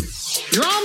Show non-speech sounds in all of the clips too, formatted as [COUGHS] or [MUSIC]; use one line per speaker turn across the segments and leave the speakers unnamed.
on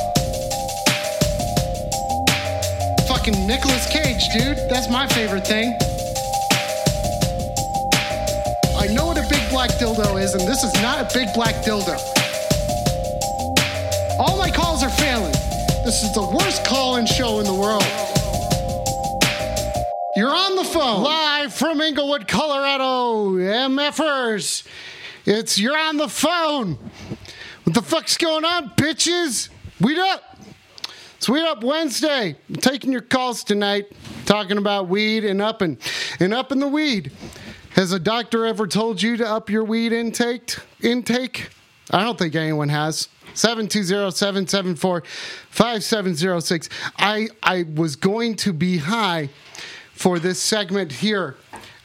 Fucking Nicolas Cage, dude. That's my favorite thing. I know what a big black dildo is, and this is not a big black dildo. All my calls are failing. This is the worst call-in show in the world. You're on the phone. Live from Inglewood, Colorado, MFers. It's You're on the phone. What the fuck's going on, bitches? Weed up. It's Weed Up Wednesday. I'm taking your calls tonight, talking about weed and upping. And upping the weed. Has a doctor ever told you to up your weed intake? Intake? I don't think anyone has. 720-774-5706. I I was going to be high for this segment here,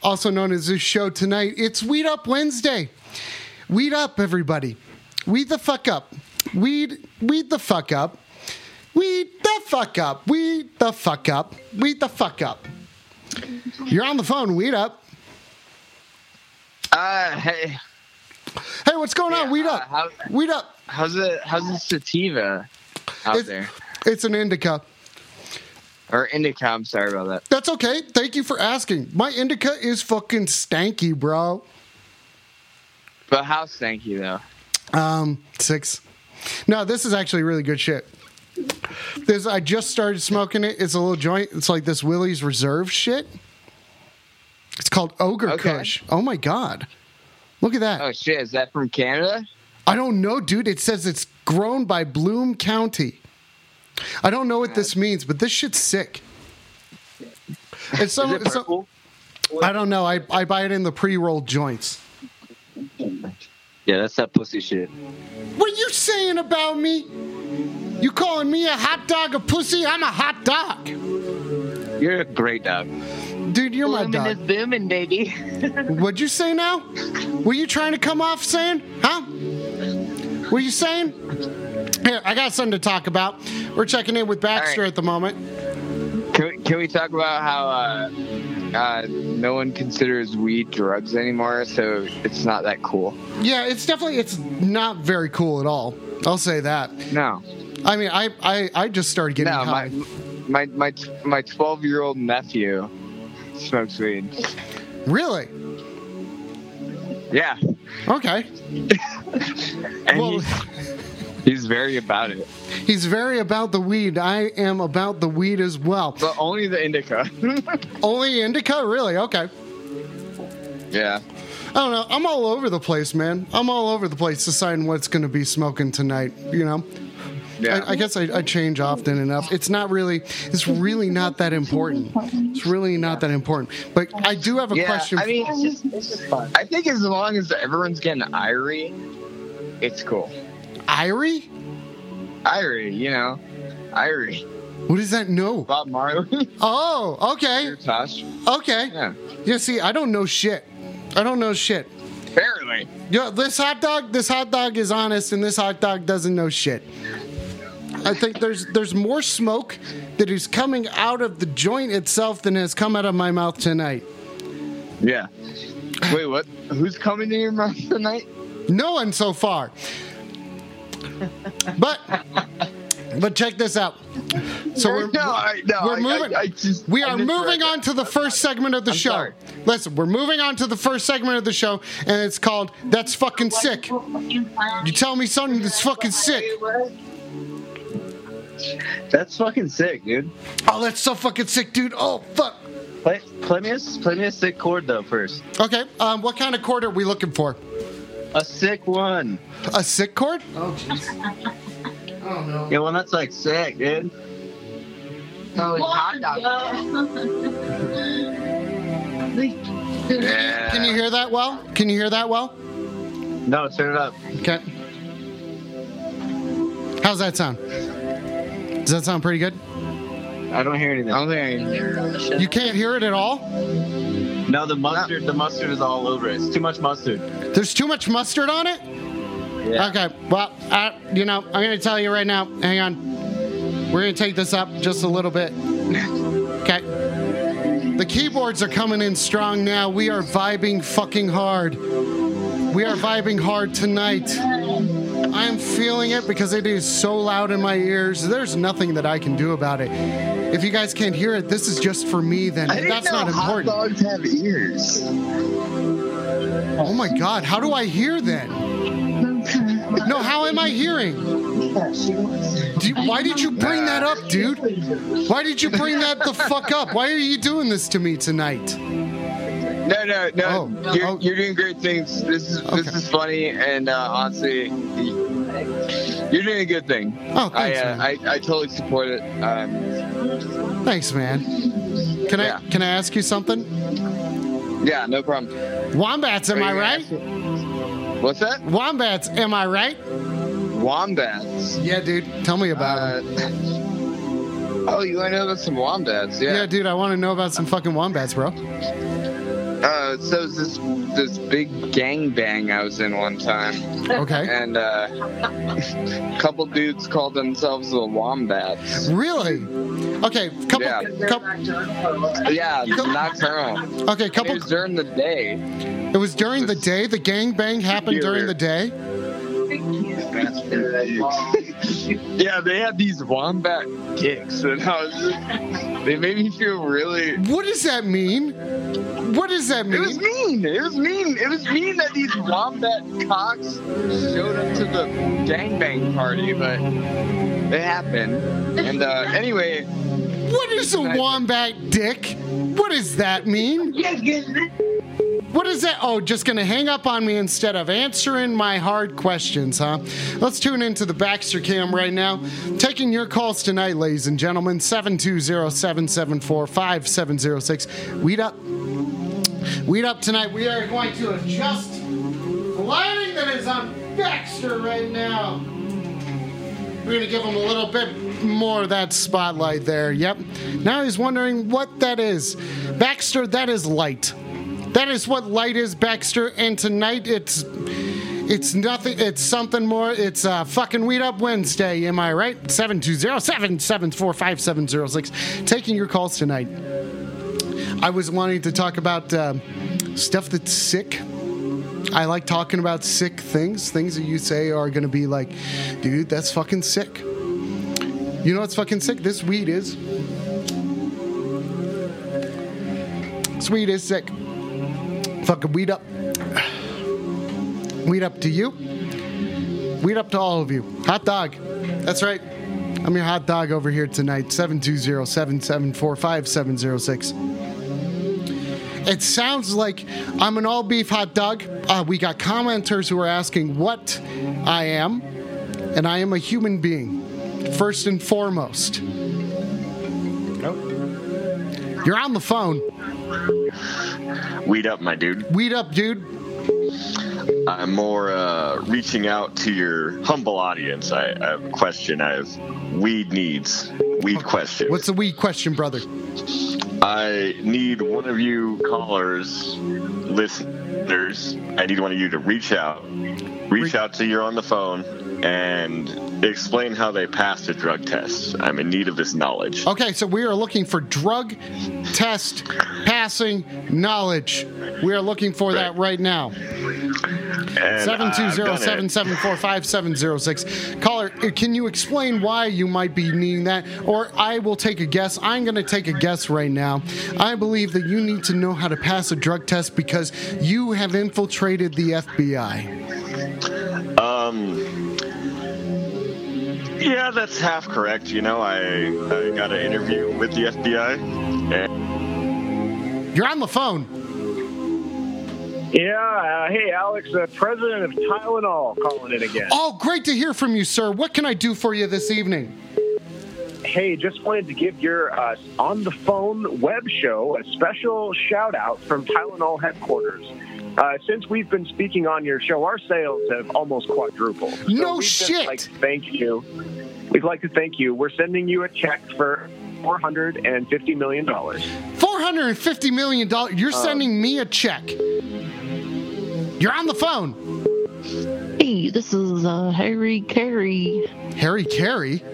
also known as this show tonight. It's Weed Up Wednesday. Weed up, everybody. Weed the fuck up. Weed weed the fuck up. Weed the fuck up. Weed the fuck up. Weed the fuck up. You're on the phone, weed up.
Uh, hey,
Hey, what's going on?
Yeah,
Weed
uh,
up.
how-
weed up.
how's the how's the sativa out
It's,
there
it's an indica.
or indica? I'm sorry about that.
That's okay. Thank you for asking. My indica is fucking stanky, bro.
But how stanky though?
Um, six. No, this is actually really good shit. This I just started smoking it. It's a little joint. It's like this Willie's Reserve shit. It's called Ogre
Okay.
Kush. Oh my god. Look at that.
Oh shit, is that from Canada?
I don't know, dude. It says it's grown by Bloom County. I don't know what this means, but this shit's sick. It's some,
is it
it's some-
purple?
I don't know. I, I buy it in the pre-rolled joints.
Yeah, that's that pussy shit.
What you saying about me? You calling me a hot dog a pussy? I'm a hot dog.
You're a great dog.
Dude, you're my dog.
booming, baby.
[LAUGHS]
[LAUGHS]
What'd you say now? Were you trying to come off saying? Huh? Were you saying? Here, I got something to talk about. We're checking in with Baxter
right.
at the moment.
Can we, can we talk about how uh, uh, no one considers weed drugs anymore, so it's not that cool?
Yeah, it's definitely it's not very cool at all. I'll say that.
No,
I mean, I I, I just started getting
no.
high.
My my my t- my 12 year old nephew smokes weed.
Really?
Yeah,
Okay.
[LAUGHS] and
Well,
he's, he's very about it.
he's very about the weed. I am about the weed as well.
But only the indica.
[LAUGHS] Only indica, really? Okay.
yeah.
I don't know. I'm all over the place, man. I'm all over the place deciding what's going to be smoking tonight. You know.
Yeah.
I, I guess I, I change often enough. It's not really. It's really not that important. It's really not that important. But I do have a
yeah,
question.
I mean, it's just, it's just fun. I think as long as everyone's getting irie, it's cool.
Irie?
Irie, you know, irie.
What does that know?
Bob Marley,
[LAUGHS] Oh, okay,
Tosh.
okay.
Yeah,
Yeah, see, I don't know shit. I don't know shit.
apparently.
Yo, this hot dog, this hot dog is honest, and this hot dog doesn't know shit. I think there's there's more smoke that is coming out of the joint itself than has come out of my mouth tonight.
Yeah. Wait, what? Who's coming to your mouth tonight?
No one so far. But but check this out. So we're
no, I, no,
we're
I-
moving.
I, I just,
we
I
are
misread
moving
that.
on to the first segment of the
I'm
show.
sorry.
Listen, we're moving on to the first segment of the show, and it's called "That's Fucking Sick." You tell me something that's fucking sick.
That's fucking sick, dude.
Oh, that's so fucking sick, dude. Oh, fuck.
Play, play me a, play me a sick chord though first.
Okay, um, what kind of chord are we looking for?
A sick one.
A sick chord? Oh,
Yeah, one that's like sick, dude. Oh, hot dog.
Can you hear that well? Can you hear that well?
No, turn it up.
Okay. How's that sound? Does that sound pretty good?
I don't hear anything. I don't think I
You can't hear it at all?
No, the mustard. The mustard is all over it. It's too much mustard.
There's too much mustard on it?
Yeah.
Okay, well, I, you know, I'm going to tell you right now. Hang on. We're going to take this up just a little
[LAUGHS]
bit. Okay. The keyboards are coming in strong now. We are vibing fucking hard. We are vibing hard tonight. I'm feeling it because it is so loud in my ears. There's nothing that I can do about it. If you guys can't hear it, this is just for me then.
didn't
That's
know
not
hot
important.
dogs have ears.
Oh my god, how do I hear then? No, how am I hearing? Do you- why did you bring that up, dude? Why did you bring that the fuck up? Why are you doing this to me tonight?
No, no, no.
Oh.
You're,
Oh.
you're doing great things. This is this
Okay.
is funny, and uh, honestly, you're doing a good thing.
Oh, thanks,
I, uh,
man.
I I totally support it. Um,
Thanks, man. Can I
Yeah.
can I ask you something?
yeah, no problem.
Wombats, am
Are
I
you
right?
gonna ask- What's that?
Wombats, am I right?
Wombats.
Yeah, dude. Tell me about
Uh, [LAUGHS] oh, you want to know about some wombats?
it.
Yeah.
Yeah, dude. I want to know about some fucking wombats, bro.
Uh, so it's this this big gangbang I was in one time,
Okay.
and uh, a [LAUGHS] couple dudes called themselves the wombats.
Really? Okay. Couple.
Yeah.
couple
Yeah, nocturnal.
okay.
It
Couple.
was during the day. [LAUGHS]
It was during the day. The gang bang happened during the day.
yeah, they had these wombat kicks, and I was just, they made me feel really.
What does that mean? What does that
It was
mean?
mean. It was mean. It was mean that these wombat cocks showed up to the gangbang party, but it happened. And uh, anyway,
What is a wombat dick? What does that mean? What is that? Oh, just going to hang up on me instead of answering my hard questions, huh? Let's tune into the Baxter Cam right now. Taking your calls tonight, ladies and gentlemen 720 774 5706. Weed up. Weed up tonight. We are going to adjust the lighting that is on Baxter right now. We're going to give him a little bit more of that spotlight there. Yep. Now he's wondering what that is. Baxter, that is light. That is what light is, Baxter. And tonight it's it's nothing it's something more. It's uh fucking weed up Wednesday, am I right? 720-774-5706. Taking your calls tonight. I was wanting to talk about uh, stuff that's sick. I like talking about sick things, things that you say are going to be like, dude, that's fucking sick. You know what's fucking sick? This weed is. This weed is sick. Fucking weed up. Weed up to you. Weed up to all of you. Hot dog. That's right. I'm your hot dog over here tonight. 720 774 5706. It sounds like I'm an all beef hot dog. Uh, we got commenters who are asking what I am, and I am a human being, first and foremost. You're on the phone.
Weed up, my dude.
Weed up, dude.
I'm more uh, reaching out to your humble audience. I, I have a question. I have weed needs. Weed question.
What's the weed question, brother?
I need one of you callers, listeners. I need one of you to reach out, reach
Re-
out to you're on the phone, and explain how they passed a drug test. I'm in need of this knowledge.
Okay, so we are looking for drug test passing knowledge. We are looking for that right now.
And
Seven two
I've
zero
done it.
seven seven four five seven zero six. Caller, uh, can you explain why you might be needing that? Or I will take a guess. I'm going to take a guess right now. I believe that you need to know how to pass a drug test because you have infiltrated the FBI.
Um. Yeah, that's half correct. You know, I, I got an interview with the FBI, and
You're on the phone.
Yeah. Uh, hey, Alex, uh, president of Tylenol calling in again.
Oh, great to hear from you, sir. What can I do for you this evening?
Hey, just wanted to give your uh, on the phone web show a special shout out from Tylenol headquarters. Uh, since we've been speaking on your show, our sales have almost quadrupled. So
No
we'd just
shit.
Like to thank you. We'd like to thank you. We're sending you a check for four hundred and fifty million dollars.
Four hundred and fifty million dollars. You're
Uh.
sending me a check. You're on the phone,
Hey, this is uh, Harry Carey.
Harry Carey.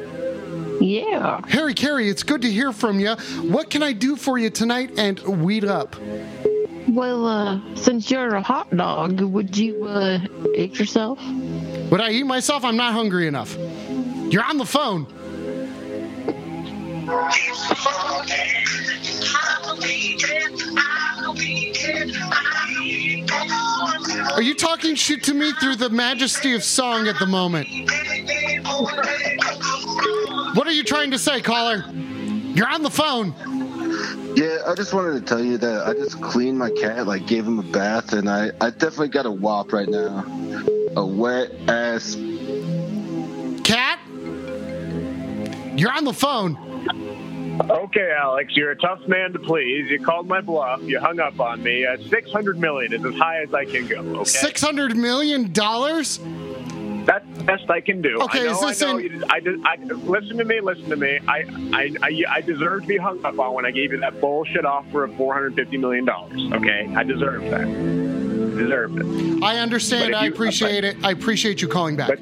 Yeah.
Harry Carey, it's good to hear from you. What can I do for you tonight? And weed up.
Well, uh, since you're a hot dog, would you uh, eat yourself?
Would I eat myself? I'm not hungry enough. You're on the phone. Are you talking shit to me through the majesty of song at the moment? What are you trying to say, caller? You're on the phone.
Yeah, I just wanted to tell you that I just cleaned my cat, like gave him a bath, and I, I definitely got a wop right now. A wet ass.
Cat? You're on the phone.
Okay, Alex, you're a tough man to please. You called my bluff. You hung up on me. Uh, Six hundred million is as high as I can go. Okay,
$600 million?
that's the best I can do.
Okay,
I know,
is this
I know.
in-
you just- I, de- I- listen to me. Listen to me. I, I, I, I deserve to be hung up on when I gave you that bullshit offer of four hundred fifty million dollars. Okay, I deserve that. I deserve it.
I
But
understand.
if
I
you-
appreciate it. I appreciate you calling back.
But-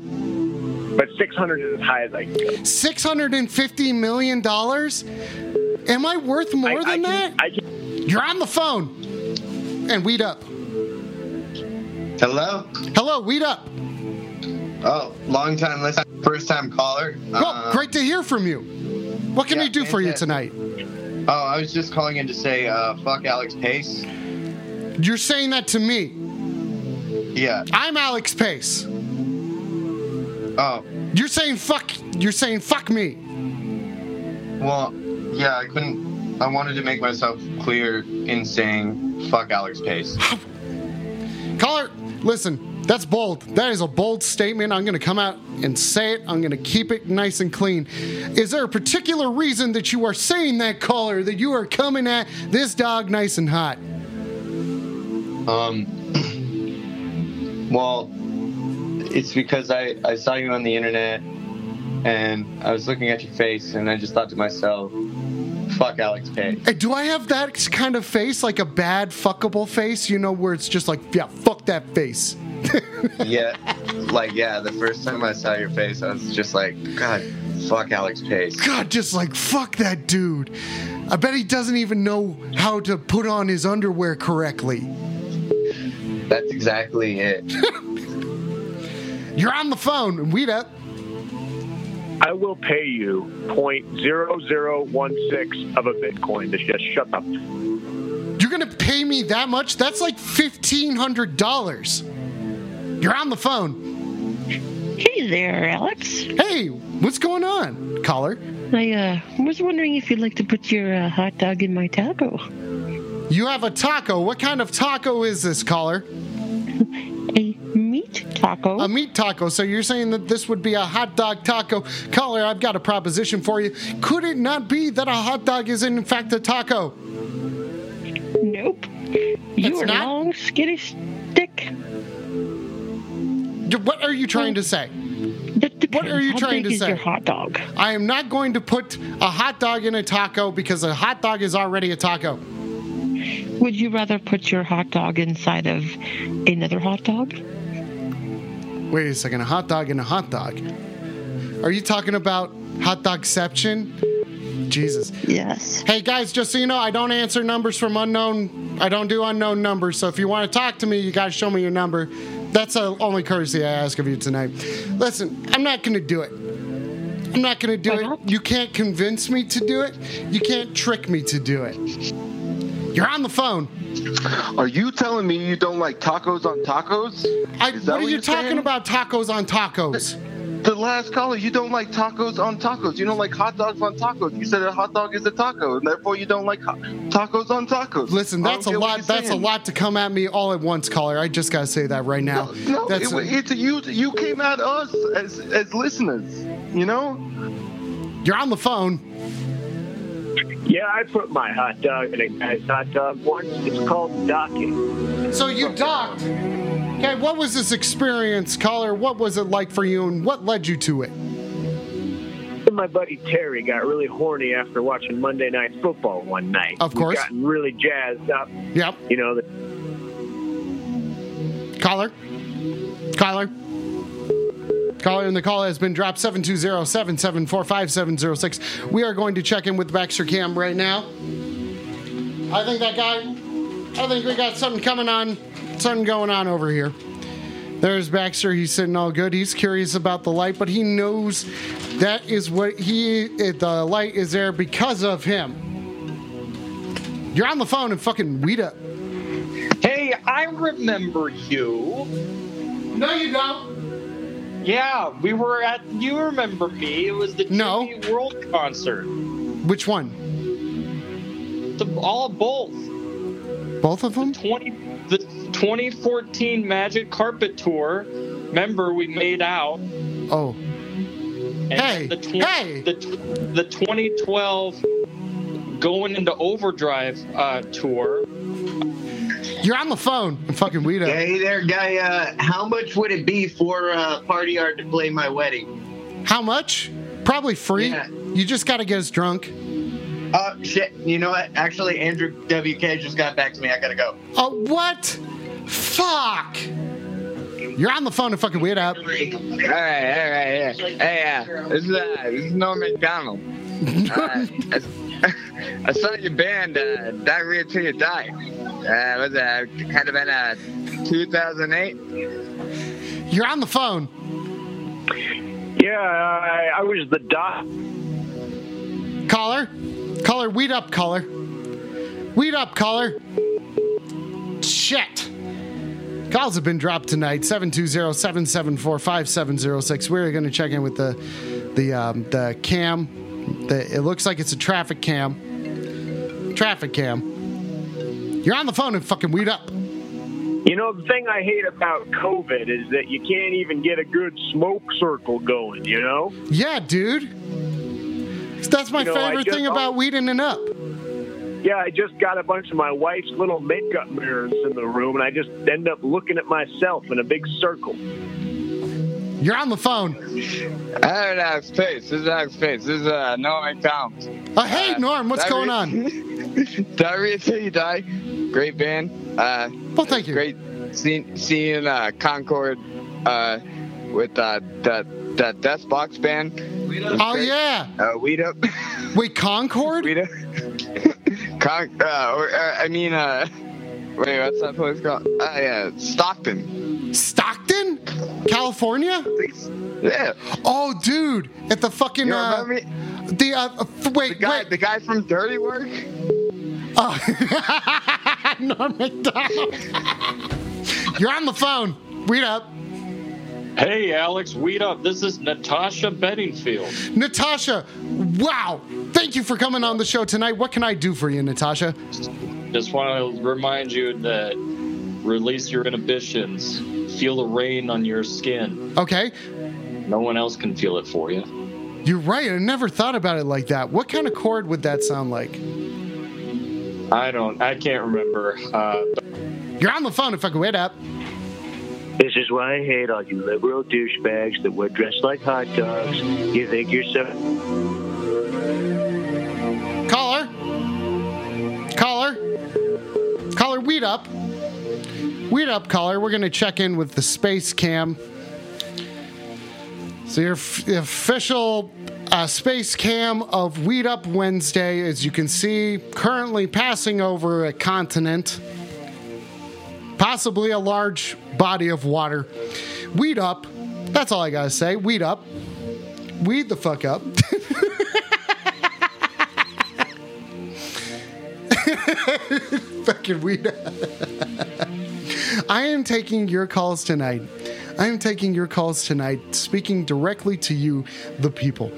But six hundred is as high as I can go.
$650 million? Am I worth more
I,
than
I
that?
can, I can,
You're on the phone. And weed up.
Hello?
Hello, weed up.
Oh, long time listener, first time caller.
Uh,
Uh,
Well, Oh, great to hear from you. What can
yeah,
I do for you tonight?
fantastic. Oh, I was just calling in to say, uh, fuck Alex Pace.
You're saying that to me.
Yeah.
I'm Alex Pace.
Oh,
You're saying fuck. You're saying fuck me.
well, yeah, I couldn't. I wanted to make myself clear in saying, fuck Alex
[LAUGHS]
Pace.
Caller, listen. That's bold. That is a bold statement. I'm going to come out and say it. I'm going to keep it nice and clean. Is there a particular reason that you are saying that, caller? That you are coming at this dog nice and hot?
Um, well, it's because I, I saw you on the internet and I was looking at your face and I just thought to myself, fuck Alex Payne.
Hey, Uh, do I have that kind of face, like a bad fuckable face? You know, where it's just like, yeah, fuck that face. [LAUGHS]
yeah, like, yeah, the first time I saw your face, I was just like, God, fuck Alex Pace.
God, just like fuck that dude. I bet he doesn't even know how to put on his underwear correctly. [LAUGHS]
That's exactly it.
You're on the phone, and we up.
I will pay you point zero zero one six of a bitcoin to just shut up.
You're gonna pay me that much? That's like fifteen hundred dollars. You're on the phone.
Hey there, Alex.
Hey, what's going on, caller?
I uh, was wondering if you'd like to put your uh, hot dog in my taco.
You have a taco. What kind of taco is this, caller?
A meat taco.
a meat taco. So you're saying that this would be a hot dog taco. Caller, I've got a proposition for you. Could it not be that a hot dog is in fact a taco?
nope. You
It's
are
not-
long, skinny stick.
Y- What are you trying to say?
That depends.
are you
How
trying
big
to
is
say?
Your hot dog.
I am not going to put a hot dog in a taco because a hot dog is already a taco.
Would you rather put your hot dog inside of another hot dog?
Wait a second, a hot dog and a hot dog. Are you talking about hot dogception? Jesus.
Yes.
Hey guys, just so you know, I don't answer numbers from unknown. I don't do unknown numbers. So if you want to talk to me, you gotta show me your number. That's the only courtesy I ask of you tonight. Listen, I'm not gonna do it. I'm not gonna do
Why not?
it. You can't convince me to do it. You can't trick me to do it. You're on the phone.
Are you telling me you don't like tacos on tacos?
I,
Is
what
that
are
what
you
you're
talking
saying?
about? Tacos on tacos.
The last caller, you don't like tacos on tacos. You don't like hot dogs on tacos. You said a hot dog is a taco, and therefore you don't like ho- tacos on tacos.
Listen,
I
that's a
don't get Um, what
lot.
you're
That's a
saying.
lot to come at me all at once, caller. I just gotta say that right now.
No,
that's
it, it's a, you. You came at us as as listeners. You know.
you're on the phone.
Yeah, I put my hot dog in a guy's hot dog once. It's called docking.
So you docked. Okay, what was this experience, caller? What was it like for you, and what led you to it?
In my buddy Terry got really horny after watching Monday Night Football one night.
Of
We
course.
got really jazzed up.
Yep.
You know, the
Caller. Caller. Caller and the call has been dropped 720-774-5706. We are going to check in with Baxter Cam right now. I think that guy I think we got something coming on something going on over here. There's Baxter, he's sitting all good. He's curious about the light, but he knows that is what he it, the light is there because of him. You're on the phone and fucking weed up.
Hey, I remember you.
No, you don't.
Yeah, we were at. You remember me? It was the
No.
Disney World concert.
Which one?
The, all both.
Both of them?
20, the 2014 Magic Carpet Tour. Remember, we made out.
Oh.
And
Hey,
the twen-
hey!
The, tw- the 2012 going into overdrive uh, tour.
You're on the phone. And fucking weed up.
Hey there, guy. Uh, how much would it be for uh, Party Art to play my wedding?
How much? Probably free.
Yeah.
You just gotta get us drunk.
Oh shit! You know what? Actually, Andrew WK just got back to me. I gotta go.
Oh, what? Fuck! You're on the phone and fucking weed up.
All right, all right, yeah. Hey, yeah.
This is, uh, this is Norm McDonald.
[LAUGHS]
Uh, [LAUGHS] I, I saw your band, uh, Diarrhea Till You Die. Uh, was that kind of been uh, 2008?
You're on the phone.
yeah, I, I was the doc.
Caller? Caller, weed up, caller. Weed up, caller. Shit. Calls have been dropped tonight. 720-774-5706. We're going to check in with the the um, the cam. The, it looks like it's a traffic cam. Traffic cam. You're on the phone and fucking weed up.
You know, the thing I hate about COVID is that you can't even get a good smoke circle going, you know?
Yeah, dude. That's my
You know, I
favorite
just-
thing about weeding and up.
Yeah, I just got a bunch of my wife's little makeup mirrors in the room, and I just end up looking at myself in a big circle.
You're on the phone.
Alright, Alex Pace. This is Alex Pace. This is uh, Norm McDonald.
Uh, hey,
Uh,
Norm, what's
Diarrhea-
going
[LAUGHS]
on?
Diarrhea Till You Die. Great band. Uh,
Well, thank you.
Great seeing seeing uh, Concord uh, with uh, that that Death Box band.
Oh, yeah.
Uh, [LAUGHS] weed up,
Wait, Concord?
weed up. [LAUGHS] Con- uh, or, uh, I mean, uh, wait, what's that place called? Uh, yeah, Stockton.
Stockton, California.
Yeah,
Oh, dude, at the fucking
you
uh,
remember me?
the uh, f- wait,
The guy, the
wait,
guy from Dirty Work.
uh, [LAUGHS] Norm Macdonald. You're on the phone. Read up,
Hey, Alex, weed up. This is Natasha Bedingfield.
Natasha. Wow, thank you for coming on the show tonight. What can I do for you, Natasha?
Just want to remind you that release your inhibitions, feel the rain on your skin.
Okay,
No one else can feel it for you.
you're right. I never thought about it like that. What kind of chord would that sound like?
I don't. I can't remember. Uh,
You're on the phone. If I could wait up.
This is why I hate all you liberal douchebags that wear dressed like hot dogs. You think you're so.
Caller. Caller. Caller, weed up. Weed up, caller. We're going to check in with the space cam. So, your f- the official uh, space cam of Weed Up Wednesday, as you can see, currently passing over a continent, possibly a large body of water. Weed up. That's all I got to say. Weed up. Weed the fuck up. [LAUGHS] fucking weed. I am taking your calls tonight. I am taking your calls tonight, speaking directly to you, the people.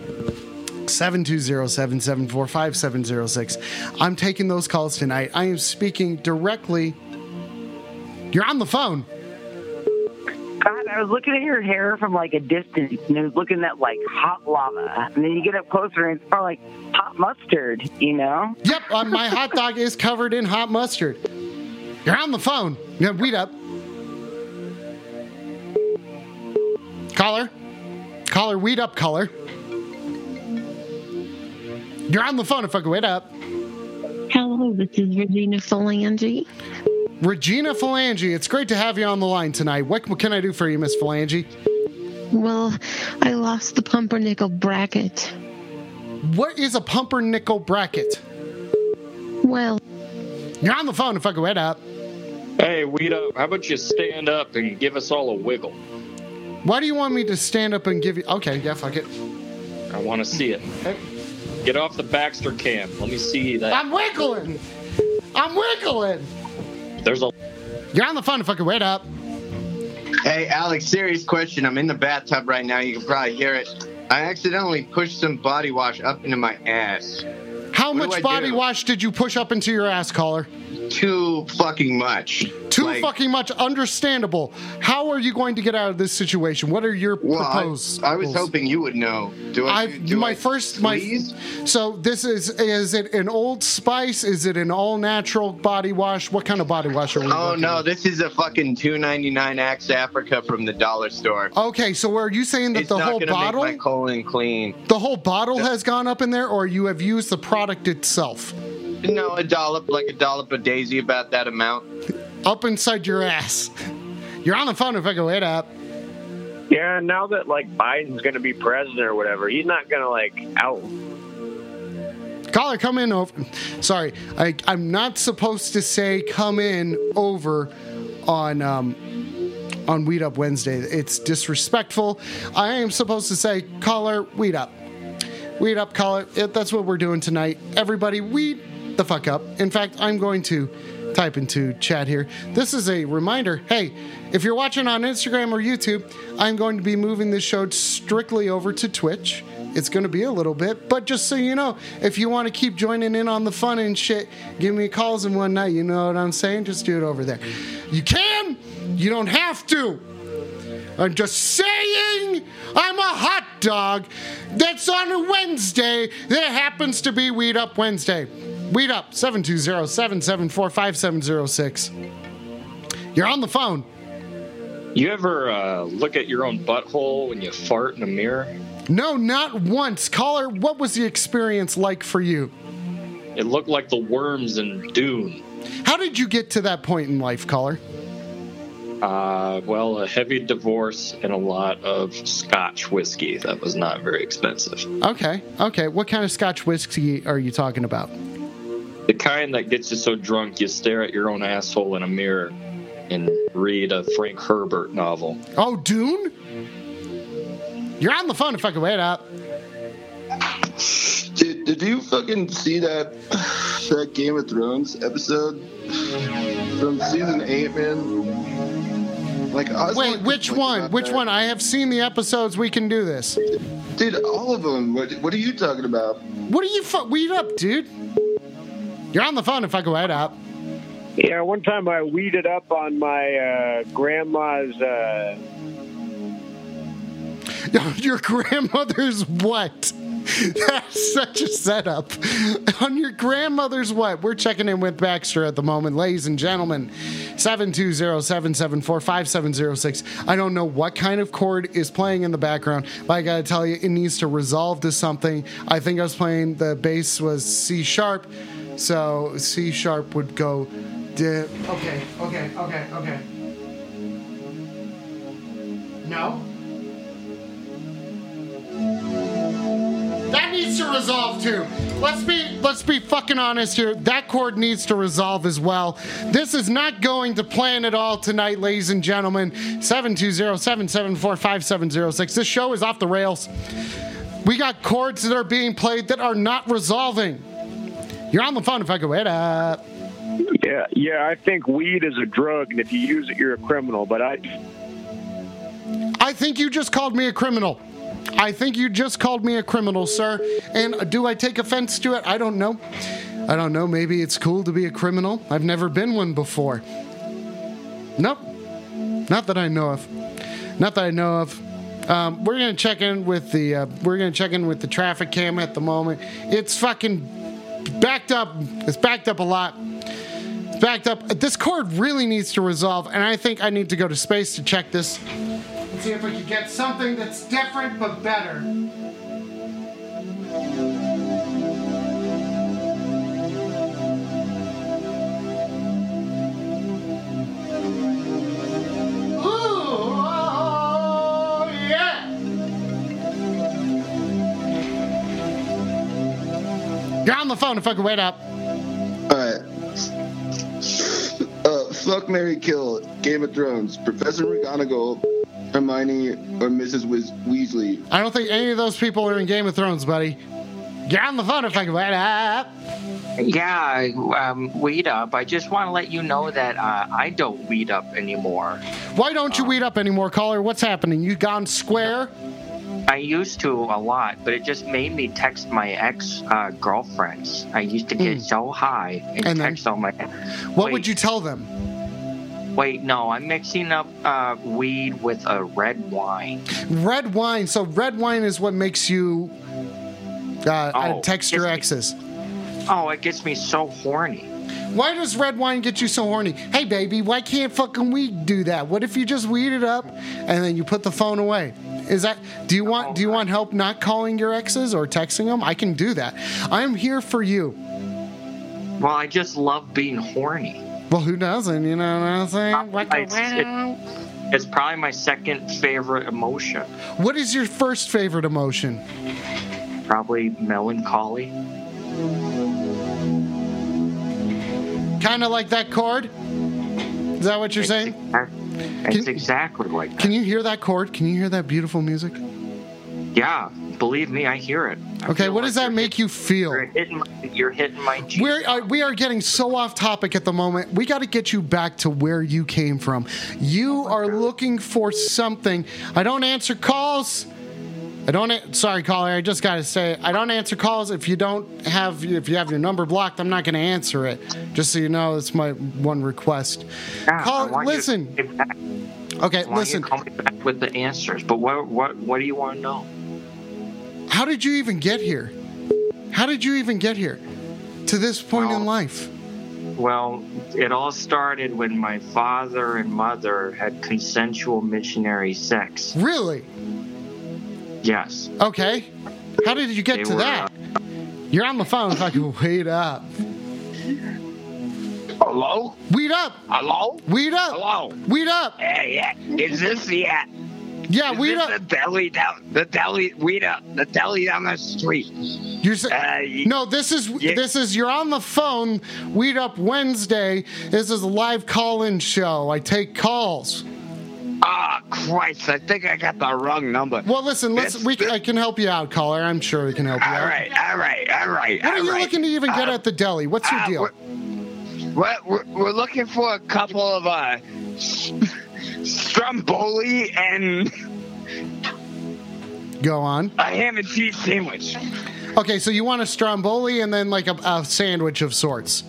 720-774-5706. I'm taking those calls tonight. I am speaking directly. You're on the phone.
God, I was looking at your hair from like a distance, and it was looking at like hot lava. And then you get up closer, and it's probably like hot mustard. You know?
Yep, uh, my hot dog is covered in hot mustard. You're on the phone. Yeah, weed up. Caller. Caller, weed up, caller. You're on the phone if I could wait up.
Hello, this is Regina Falangi.
Regina Falangi, it's great to have you on the line tonight. What can I do for you, Miss Falangi?
Well, I lost the pumpernickel bracket.
What is a pumpernickel bracket?
Well,
You're on the phone if I could wait up.
Hey, Weed Up, how about you stand up and give us all a wiggle?
Why do you want me to stand up and give you? Okay, yeah, fuck it.
I want to see it. Get off the Baxter cam. Let me see that.
I'm wiggling. I'm wiggling.
There's a.
You're on the phone if I could wait up.
Hey, Alex, serious question. I'm in the bathtub right now. You can probably hear it. I accidentally pushed some body wash up into my ass.
How
What do I
much body
do?
wash did you push up into your ass collar?
Too fucking much.
Too
Like,
fucking much. Understandable. How are you going to get out of this situation? What are your
Well,
proposals?
I, I was hoping you would know. Do I?
I
do
my
I
first my
sneeze?
so this is is it an old spice? Is it an all natural body wash? What kind of body wash are we?
Oh
looking
no!
at?
This is a fucking two ninety nine Axe Africa from the dollar store.
Okay, so are you Oh, saying that
it's
the
not
whole
gonna
bottle
make my colon clean.
the whole bottle has gone up in there, or you have used the product itself
No, a dollop, like a dollop of Daisy, about that amount.
up inside your ass? You're on the phone if I go wait up.
Yeah, now that like Biden's going to be president or whatever, he's not going to like out.
Caller, come in over. Sorry, I, I'm not supposed to say come in over on um, on Weed Up Wednesday. It's disrespectful. I am supposed to say caller, weed up, weed up, caller. It, that's what we're doing tonight. Everybody, weed the fuck up. In fact, I'm going to type into chat here. This is a reminder. Hey, if you're watching on Instagram or YouTube, I'm going to be moving this show strictly over to Twitch. It's going to be a little bit, but just so you know, if you want to keep joining in on the fun and shit, give me calls and whatnot. You know what I'm saying? Just do it over there. You can, you don't have to. I'm just saying I'm a hot dog that's on a Wednesday that happens to be Weed Up Wednesday. Weed Up 720-774-5706. You're on the phone.
You ever uh, look at your own butthole when you fart in a mirror?
No, not once. Caller, what was the experience like for you?
It looked like the worms in Dune.
How did you get to that point in life, caller?
Uh, well, a heavy divorce and a lot of Scotch whiskey that was not very expensive.
Okay, okay. What kind of Scotch whiskey are you talking about?
The kind that gets you so drunk you stare at your own asshole in a mirror and read a Frank Herbert novel.
Oh, Dune? You're on the phone if I can wait up.
Did, did you fucking see that that Game of Thrones episode from season eight, man? Like, I was
Wait,
like-
which
like
one?
about
Which
that.
one? I have seen the episodes. We can do this.
Dude, all of them. What, what are you talking about?
What are you fu- weed up, dude? You're on the phone if I can wait up.
Yeah, one time I weeded up on my uh, grandma's. Uh,
Your grandmother's what? That's such a setup. On your grandmother's what? We're checking in with Baxter at the moment, ladies and gentlemen. 720-774-5706. I don't know what kind of chord is playing in the background, but I gotta tell you, it needs to resolve to something. I think I was playing the bass was C sharp, so C sharp would go dip. Okay, okay, okay, okay. No? That needs to resolve too. Let's be let's be fucking honest here. That chord needs to resolve as well. This is not going to plan at all tonight, ladies and gentlemen. 720-774-5706. This show is off the rails. We got chords that are being played that are not resolving. You're on the phone if I could wait up.
yeah, yeah, I think weed is a drug, and if you use it, you're a criminal. But I,
I think you just called me a criminal. I think you just called me a criminal, sir. And do I take offense to it? I don't know. I don't know. Maybe it's cool to be a criminal. I've never been one before. Nope. Not that I know of. Not that I know of. Um, we're gonna check in with the uh, we're gonna check in with the traffic cam at the moment. It's fucking backed up. It's backed up a lot backed up. This chord really needs to resolve, and I think I need to go to space to check this. Let's see if we can get something that's different but better. Oh, You're on the phone if I could wait up.
Alright. Uh, fuck Mary Kill, Game of Thrones, Professor McGonagall, Hermione, or Mrs. Wiz- Weasley.
I don't think any of those people are in Game of Thrones, buddy. You're on the phone if I could wait up.
Yeah, um, weed up. I just want to let you know that uh, I don't weed up anymore.
Why don't you weed up anymore, caller? What's happening? You gone square?
I used to a lot, but it just made me text my ex uh, girlfriends. I used to get so high and,
Hmm. And then-
text all my.
What would you tell them?
Wait, no, I'm mixing up uh, weed with a red wine.
Red wine. So red wine is what makes you uh, uh, text your exes.
Oh, it gets me so horny.
Why does red wine get you so horny? Hey, baby, why can't fucking we do that? What if you just weed it up and then you put the phone away? Is that do you want do you want help not calling your exes or texting them? I can do that. I am here for you.
Well, I just love being horny.
Well, who doesn't? You know what I'm saying?
I- it's, it- it's probably my second favorite emotion.
What is your first favorite emotion?
Probably melancholy.
Kind of like that chord? Is that what you're saying?
It's exactly like
Can you hear that chord? Can you hear that beautiful music?
yeah. Believe me, I hear it.
Okay, what does that make you feel?
Hitting my, you're hitting my. G-
We're, uh, we are getting so off topic at the moment. We got to get you back to where you came from. You are looking for something. I don't answer calls. I don't. A- Sorry, caller. I just got to say, I don't answer calls. If you don't have, if you have your number blocked, I'm not going to answer it. Just so you know, that's my one request.
Ah.
Call- listen. Okay,
Why
listen.
You call me back with the answers, but what what what do you want to know?
How did you even get here? How did you even get here to this point in life?
Well, it all started when my father and mother had consensual missionary sex.
Really?
Yes.
Okay. How did you get
They
to
were,
uh,
that? You're on the phone.
[LAUGHS]
If I can wait up.
Hello?
Weed up.
Hello?
Weed up.
Hello?
Weed up.
Yeah, yeah. Is this the uh,
Yeah,
is
weed
this
up.
The deli down the deli weed up the deli down the street.
You're sa- no, this is this is you're on the phone. Weed up Wednesday. This is a live call-in show. I take calls.
Ah, Christ! I think I got the wrong number.
Well, listen, let's. We, I can help you out, caller. I'm sure we can help you out.
All right, all right, all right.
What are
all
you
right.
looking to even get
Uh,
at the deli? What's your
uh,
deal?
We're, we're, we're looking for a couple of uh, Stromboli and
Go on.
a ham and cheese sandwich.
Okay, so you want a Stromboli and then like a, a sandwich of sorts.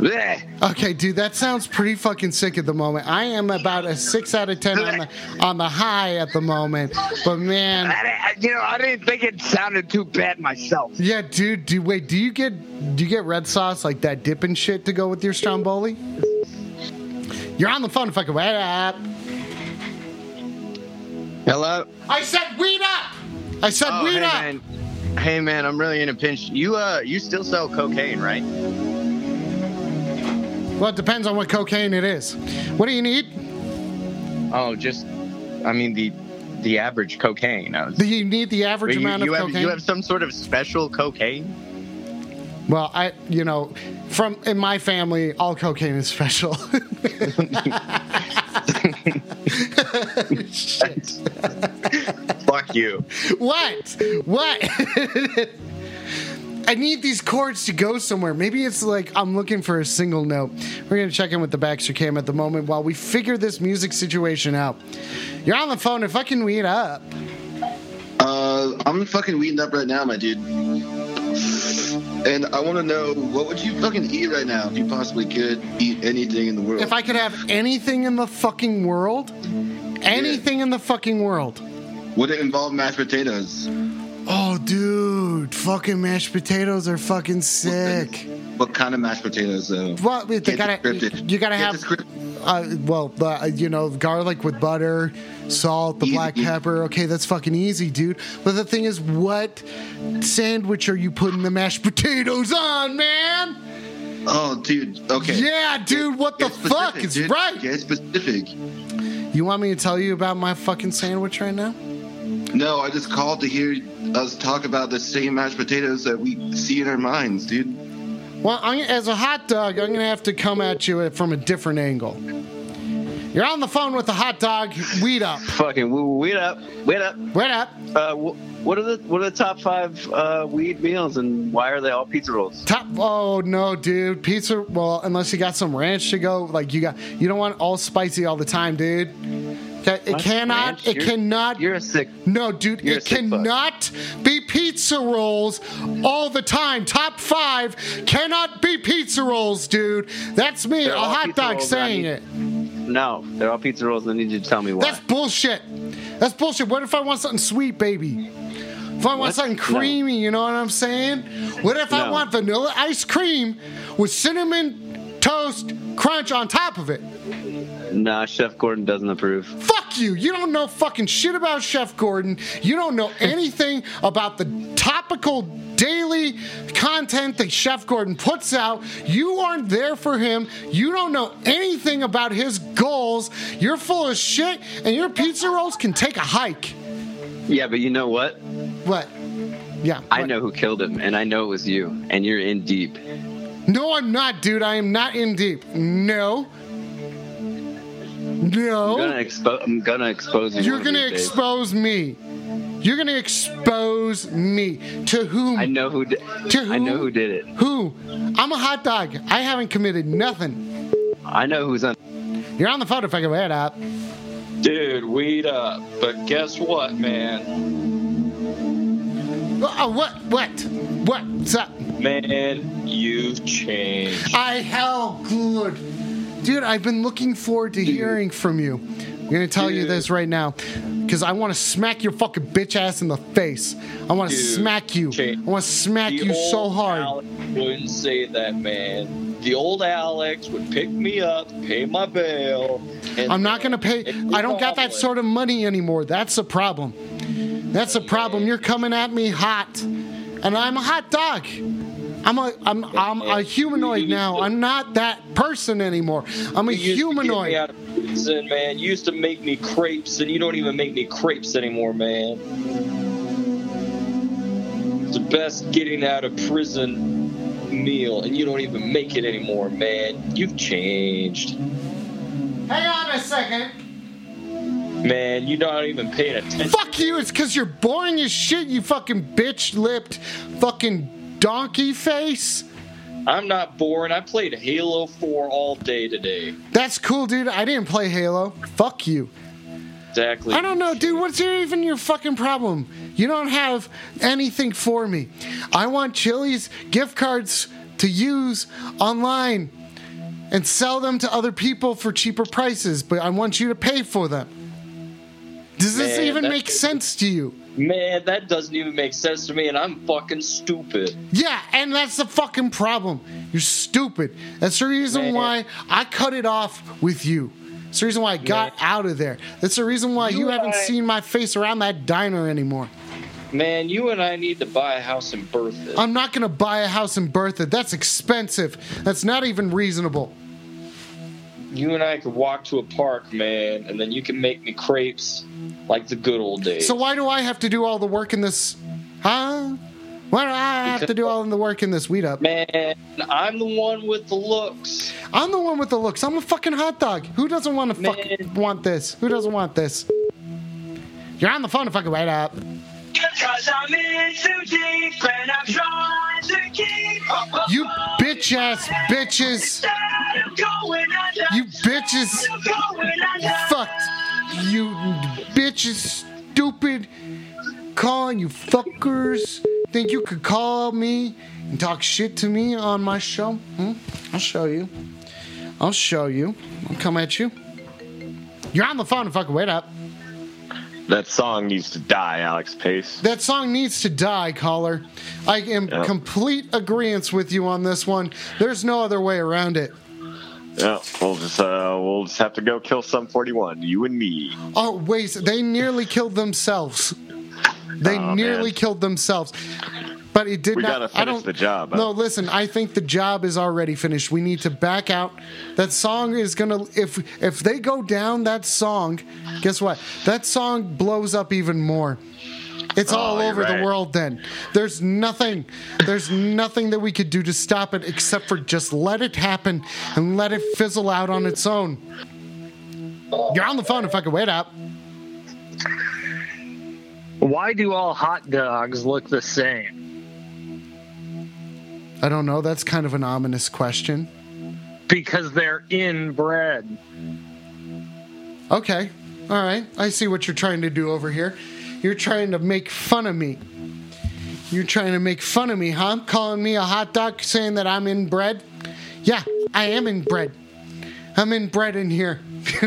Yeah.
Okay, dude, that sounds pretty fucking sick at the moment. I am about a six out of ten on the on the high at the moment, but man,
I, I- you know, I didn't think it sounded too bad myself.
yeah, dude, do wait, do you get do you get red sauce like that dip and shit to go with your Stromboli? You're on the phone, fucking wait up.
Hello.
I said weed up. I said
Oh,
weed
hey,
up.
Man. Hey man, I'm really in a pinch. You uh, you still sell cocaine, right?
Well, it depends on what cocaine it is. What do you need?
Oh, just, I mean the, the average cocaine. I was,
Do you need the average
Wait, you,
amount
you
of
have,
cocaine?
You have some sort of special cocaine?
Well, I, you know, from in my family, all cocaine is special. [LAUGHS] Shit.
Fuck you.
What? What? [LAUGHS] I need these chords to go somewhere. Maybe it's like I'm looking for a single note. We're gonna check in with the Baxter Cam at the moment while we figure this music situation out. You're on the phone. If I can weed up,
Uh, I'm fucking weeding up right now, my dude. And I want to know what would you fucking eat right now if you possibly could eat anything in the world?
if I could have anything in the fucking world, anything in the fucking world.
Would it involve mashed potatoes?
Oh, dude, fucking mashed potatoes are fucking sick.
What kind of mashed potatoes though?
Well, they
Get
gotta-
descriptive.
you gotta
Get
have-
descriptive.
Uh, well, uh, you know, garlic with butter, salt, the black pepper. Okay, that's fucking easy, dude. But the thing is, what sandwich are you putting the mashed potatoes on, man?
Oh, dude. Okay.
Yeah, Ah, dude, what the fuck is right?
Get specific.
You want me to tell you about my fucking sandwich right now?
No, I just called to hear us talk about the same mashed potatoes that we see in our minds, dude.
Well, I'm, as a hot dog, I'm going to have to come at you from a different angle. You're on the phone with the hot dog. Weed up.
Fucking woo- wait up, wait up,
wait up.
Uh, wh- what are the what are the top five uh, weed meals and why are they all pizza rolls?
Top. Oh no, dude. Pizza. Well, unless you got some ranch to go. Like you got. You don't want all spicy all the time, dude. That it
What?
cannot.
Ranch?
It
You're-
cannot.
You're a sick.
No, dude,
You're a
it
sick fuck.
cannot be pizza rolls all the time. Top five cannot be pizza rolls, dude. That's me,
They're
a
all
hot
pizza
dog
rolls, but I
saying
need-
it.
No, they're all pizza rolls. And I need you to tell me why.
That's bullshit. That's bullshit. What if I want something sweet, baby? If I want
What?
something
No.
creamy, you know what I'm saying? What if I
No.
want vanilla ice cream with cinnamon toast crunch on top of it?
nah, Chef Gordon doesn't approve.
Fuck you. You don't know fucking shit about Chef Gordon. You
[LAUGHS]
don't know anything about the topical daily content that Chef Gordon puts out. You aren't there for him. You don't know anything about his goals. You're full of shit, and your pizza rolls can take a hike.
Yeah, but you know what?
What? Yeah.
I know who killed him, and I know it was you, and you're in deep.
No, I'm not, dude. I am not in deep. No. No.
I'm gonna expose. I'm gonna expose you.
You're
one of
going to
these days.
expose me. You're going to expose me. To whom?
I know who. Di-
To
I know who did it.
Who? I'm a hot dog. I haven't committed nothing.
I know who's on.
You're on the phone if I can wear it up.
Dude, weed up. But guess what, man?
Uh, what? What? What's up?
Man, you've changed.
I hell good. Dude, I've been looking forward to hearing from you. I'm gonna tell you this right now. Cause I wanna smack your fucking bitch ass in the face. I wanna
Dude,
smack you. I wanna smack
The
you so
old
hard.
Alex wouldn't say that, man. The old Alex would pick me up, pay my bail. And
I'm not gonna pay I don't got that sort of money anymore. That's the problem. That's the problem. You're coming at me hot. And I'm a hot dog. I'm a I'm I'm a humanoid now. I'm not that person anymore. I'm a
Get me
humanoid.
out of prison, man. You used to make me crepes, and you don't even make me crepes anymore, man. It's the best getting out of prison meal, and you don't even make it anymore, man. You've changed.
Hang on a second.
Man, you're not even paying attention.
Fuck you, it's because you're boring as shit, you fucking bitch lipped fucking donkey face.
I'm not boring. I played Halo 4 all day today.
That's cool, dude. I didn't play Halo. Fuck you.
Exactly.
I don't know, dude. What's your, even your fucking problem? You don't have anything for me. I want Chili's gift cards to use online and sell them to other people for cheaper prices, but I want you to pay for them. Does this
Man,
even
that-
make sense to you?
Man, that doesn't even make sense to me, and I'm fucking stupid.
Yeah, and that's the fucking problem. You're stupid. That's the reason
Man.
why I cut it off with you. It's the reason why I got out of there. That's the reason why you,
You
haven't
are-
seen my face around that diner anymore.
Man, you and I need to buy a house in Bertha.
I'm not gonna buy a house in Bertha. That's expensive. That's not even reasonable.
You and I could walk to a park, man, and then you can make me crepes like the good old days.
So why do I have to do all the work in this? Huh? Why do I have to do all the work in this weed up?
man, I'm the one with the looks.
I'm the one with the looks. I'm a fucking hot dog. Who doesn't want to fucking want this? Who doesn't want this? You're on the phone to fucking wait up.
Cause I'm in too deep and I'm trying to keep
You bitch ass bitches. You bitches. Fucked. You bitches stupid. Calling you fuckers. Think you could call me and talk shit to me on my show? Hmm? I'll show you. I'll show you. I'll come at you. You're on the phone and fucking wait up.
That song needs to die, Alex Pace.
That song needs to die, caller. I am
Yeah.
complete agreement with you on this one. There's no other way around it.
Yeah, we'll just uh, we'll just have to go kill some forty one. You and me.
Oh wait, they nearly killed themselves. They
Aw,
nearly
Oh, man.
killed themselves. But it did
We
not.
gotta
I
finish
don't,
the job up.
No, listen. I think the job is already finished. We need to back out. That song is gonna. If if they go down that song, guess what? That song blows up even more. It's
Oh,
all
you're
over
right.
the world. Then there's nothing. There's nothing that we could do to stop it except for just let it happen and let it fizzle out on its own. You're on the phone. If I could wait up.
Why do all hot dogs look the same?
I don't know. That's kind of an ominous question.
Because they're inbred.
Okay. All right. I see what you're trying to do over here. You're trying to make fun of me. You're trying to make fun of me, huh? Calling me a hot dog, saying that I'm inbred. Yeah, I am inbred. I'm inbred in here. [LAUGHS]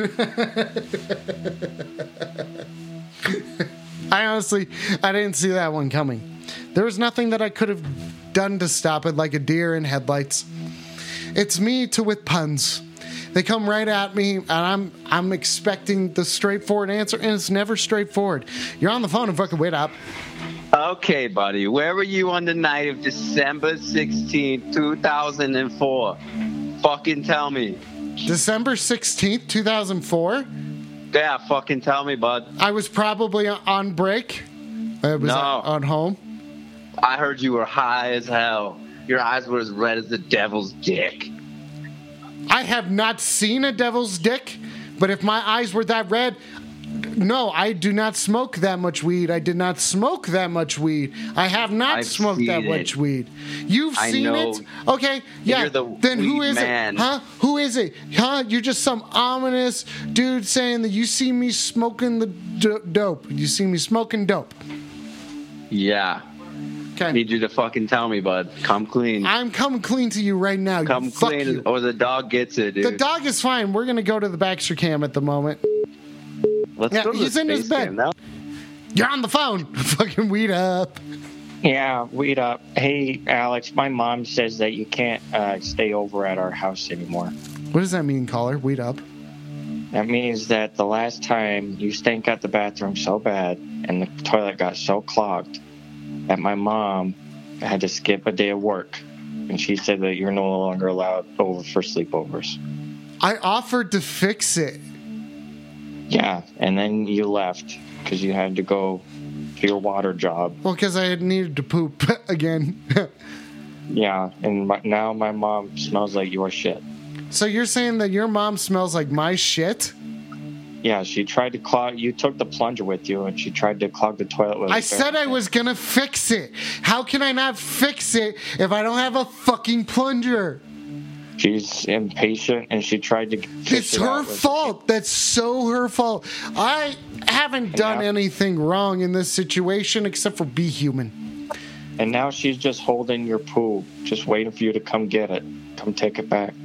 I honestly, I didn't see that one coming. There was nothing that I could have done to stop it, like a deer in headlights. It's me to with puns. They come right at me, and I'm I'm expecting the straightforward answer, and it's never straightforward. You're on the phone and fucking wait up.
Okay, buddy. Where were you on the night of December 16, 2004? Fucking tell me.
December sixteenth, two thousand four.
Yeah, fucking tell me, bud.
I was probably on break. I was
No.
on, on home.
I heard you were high as hell. Your eyes were as red as the devil's dick.
I have not seen a devil's dick, but if my eyes were that red, no, I do not smoke that much weed. I did not smoke that much weed. I have not
I've
smoked that
seen
much
it.
weed. You've
I
seen
know.
it? Okay, yeah.
You're the
then who
weed
is
man.
it? Huh? Who is it? Huh? You're just some ominous dude saying that you see me smoking the d- dope. You see me smoking dope.
Yeah.
Okay.
Need you to fucking tell me, bud. Come clean.
I'm coming clean to you right now. you
Come
fuck
clean,
you.
or the dog gets it, dude.
The dog is fine. We're gonna go to the Baxter cam at the moment.
Let's
yeah,
go to the
he's in his
space
bed.
cam now.
You're on the phone. [LAUGHS] Fucking weed up.
Yeah, wait up. Hey, Alex, my mom says that you can't uh, stay over at our house anymore.
What does that mean, caller? Weed up.
That means that the last time you stank out the bathroom so bad and the toilet got so clogged that my mom had to skip a day of work. And she said that you're no longer allowed over for sleepovers.
I offered to fix it.
Yeah, and then you left because you had to go to your water job.
Well, because I had needed to poop [LAUGHS] again.
Yeah, and my, now my mom smells like your shit.
so you're saying that your mom smells like my shit?
Yeah, she tried to clog. You took the plunger with you, and she tried to clog the toilet with.
I
a-
said I was gonna fix it. How can I not fix it if I don't have a fucking plunger?
she's impatient, and she tried to.
It's her fault. That's so her fault. I haven't done
Yeah.
anything wrong in this situation except for be human.
And now she's just holding your poo, just waiting for you to come get it, come take it back.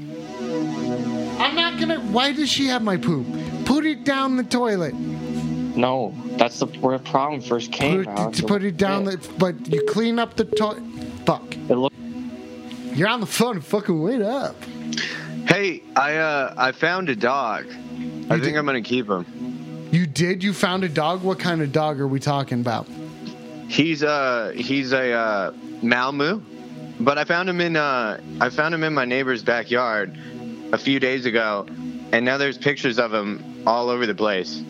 I'm not gonna. Why does she have my poop? Put it down the toilet.
No, that's the where the problem first came.
Put,
Alex.
to put it down, the, but you clean up the toilet. Fuck. You're on the phone. Fucking wait up.
Hey, I uh, I found a dog. I think I'm gonna keep him.
You did. You found a dog. What kind of dog are we talking about?
He's uh he's a uh, Malmu, but I found him in uh I found him in my neighbor's backyard a few days ago, and now there's pictures of him all over the place.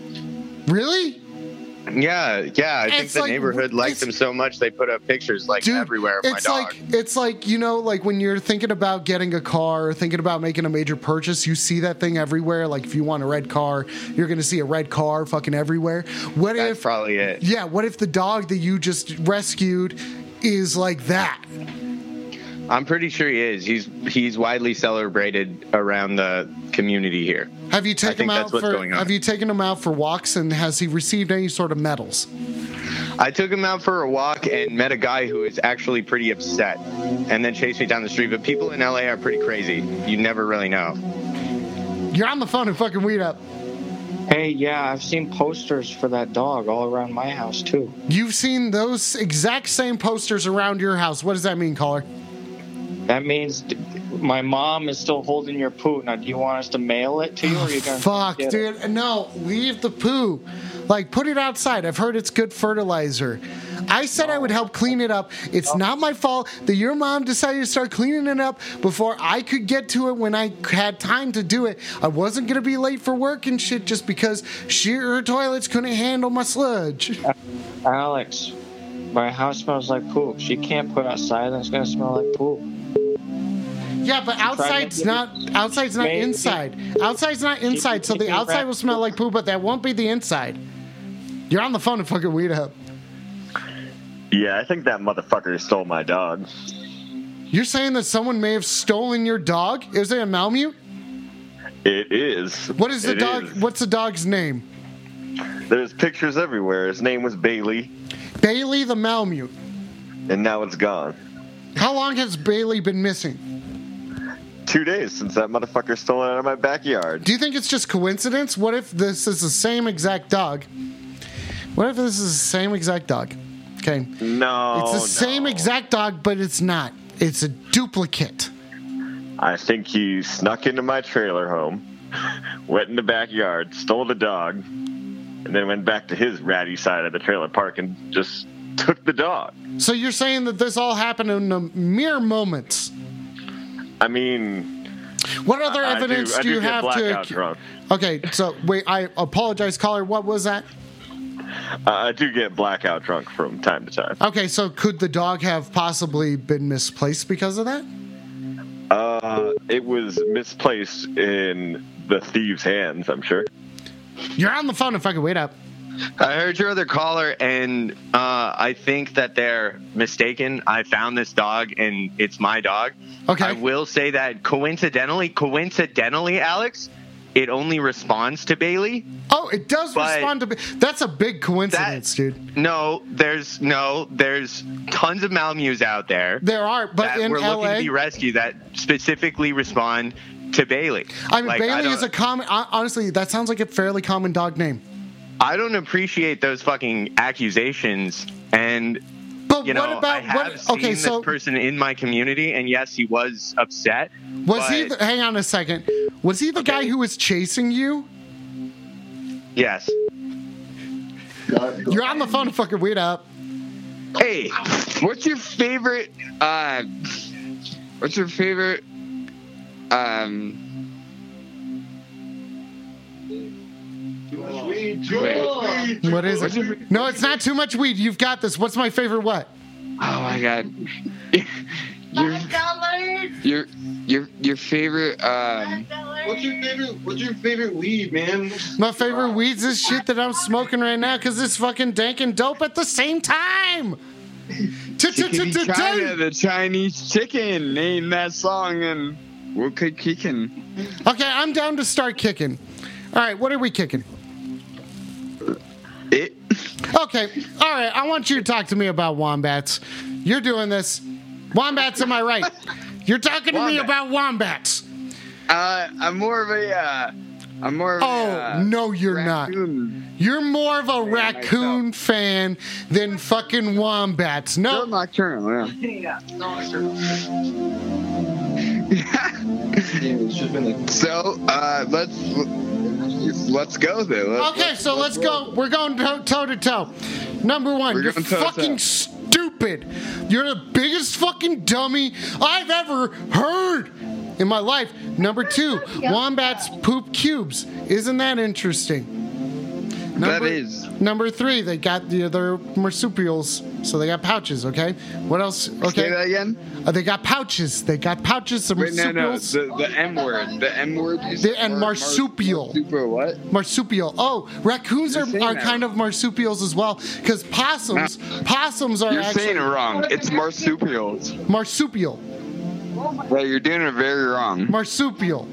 Really?
Yeah, yeah. I think
It's
the
like-
neighborhood likes him so much they put up pictures like everywhere of my
It's
dog.
like it's like you know, like when you're thinking about getting a car, or thinking about making a major purchase, you see that thing everywhere. Like if you want a red car, you're gonna see a red car fucking everywhere. What
That's
if?
probably it.
Yeah. What if the dog that you just rescued is like that?
I'm pretty sure he is. He's he's widely celebrated around the community here.
Have you
I
taken
think
him out
that's what's
for?
going on.
Have you taken him out for walks, and has he received any sort of medals?
I took him out for a walk and met a guy who is actually pretty upset and then chased me down the street. But people in LA are pretty crazy. You never really know.
You're on the phone and fucking weed up.
Hey, yeah, I've seen posters for that dog all around my house too.
You've seen those exact same posters around your house. What does that mean, caller?
That means d- my mom is still holding your poo. Now, do you want us to mail it to you, or are you gonna
Oh, Fuck,
get it?
dude. No, leave the poo. Like, put it outside. I've heard it's good fertilizer. I said I would help clean it up. It's not my fault that your mom decided to start cleaning it up before I could get to it when I had time to do it. I wasn't going to be late for work and shit just because she her toilets couldn't handle my sludge.
Uh, Alex, my house smells like poop. She can't put outside and it's gonna smell like poop.
Yeah, but outside's not outside's not
Maybe-
inside. Outside's not inside, so the
Keeping
outside will
back-
smell like poo, but that won't be the inside. You're on the phone to fucking weed up.
Yeah, I think that motherfucker stole my dog.
You're saying that someone may have stolen your dog? Is it a Malmute?
It is.
What is the
It
dog? What's the dog's name?
is. There's pictures everywhere. His name was Bailey,
Bailey the Malmute.
and now it's gone.
How long has Bailey been missing?
Two days since that motherfucker stole it out of my backyard.
Do you think it's just coincidence? What if this is the same exact dog? What if this is the same exact dog? Okay.
No,
it's the
Oh, no.
same exact dog, but it's not. It's a duplicate.
I think he snuck into my trailer home, went in the backyard, stole the dog, and then went back to his ratty side of the trailer park and just took the dog.
So you're saying that this all happened in a mere moments.
I mean,
What other
I- I
evidence
I
do you
get
have
blackout
to?
Drunk.
Okay, so wait, I apologize, caller. What was that?
Uh, I do get blackout drunk from time to time.
Okay, so could the dog have possibly been misplaced because of that?
Uh, it was misplaced in the thieves' hands, I'm sure.
You're on the phone if I could wait up.
I heard your other caller, and uh, I think that they're mistaken. I found this dog, and it's my dog.
Okay.
I will say that coincidentally, coincidentally, Alex, it only responds to Bailey.
Oh, it does
But-
respond to. That's a big coincidence, dude.
No, there's no, there's tons of Malmews out there.
There are, but
that
in
we're looking
LA
to be rescued that specifically respond to Bailey.
I mean,
Like,
Bailey
don't-
is a common. hon- Honestly, that sounds like a fairly common dog name.
I don't appreciate those fucking accusations. And
But
you know,
what about-
I have
what-
seen
okay,
this
so-
person in my community, and yes, he was upset.
Was he?
but-
The, hang on a second. Was he the guy who was chasing you?
Yes.
You're on the phone if I could wait up.
Hey, what's your favorite? Uh, what's your favorite? Um. Wait.
What is it? No, it's not too much weed. You've got this. What's my favorite what?
Oh my god. your, your your your favorite um
What's your favorite? What's your favorite weed, man?
My favorite weed's this shit that I'm smoking right now because it's fucking dank and dope at the same time.
Chickadee China,
Ch-ch-ch-ch-doo.
the Chinese chicken. Name that song and we'll keep kicking.
Okay, I'm down to start kicking. All right, what are we kicking?
It.
Okay, all right, I want you to talk to me about wombats. You're doing this. Wombats, am I right? You're talking to me
Wombat.
about wombats.
Uh, I'm more of a uh, I'm more of
Oh,
a uh,
no, you're
raccoon.
not. You're more of a raccoon fan than fucking wombats. No.
Still nocturnal. Yeah. [LAUGHS] So uh, let's let's go then. Let's,
Okay, so let's go. We're going toe toe to toe. Number one,
We're
you're
going toe to
fucking
toe.
stupid. You're the biggest fucking dummy I've ever heard in my life. Number two, wombats poop cubes. Isn't that interesting?
That is.
Number three, they got the other marsupials, so they got pouches. Okay, what else?
Say that
Okay,
again.
Uh, they got pouches. They got pouches. The
Wait, no, no,
marsupials.
the, the M word, the M word. is-
The- and
or
marsupial.
Marsupial what?
marsupial. Oh, raccoons are,
saying
are
that
kind of marsupials as well because possums possums are
You're saying
actually
it wrong. It's marsupials.
marsupial.
Yeah, you're doing it very wrong.
Marsupial.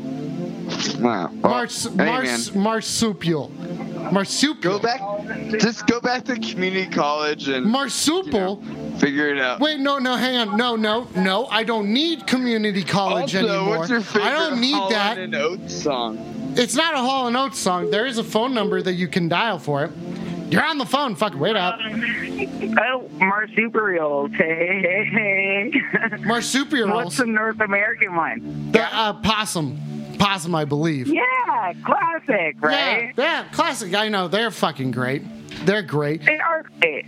Wow. Well,
Mars,
Oh. hey,
mars,
man.
marsupial. Marsupial.
Go back. Just go back to community college and
Marsupial.
figure it out.
Wait, no, no, hang on. No, no, no. I don't need community college
also,
anymore.
what's your favorite
I don't need
Hall
that.
and Oates song?
It's not a Hall and Oates song. There is a phone number that you can dial for it. You're on the phone. Fuck, wait up.
Oh, marsupials. Hey, hey, hey. What's
Marsupials.
the North American one?
The uh, possum. Possum, I believe.
Yeah, classic, right?
Yeah, yeah, classic. I know they're fucking great. They're great.
They are great.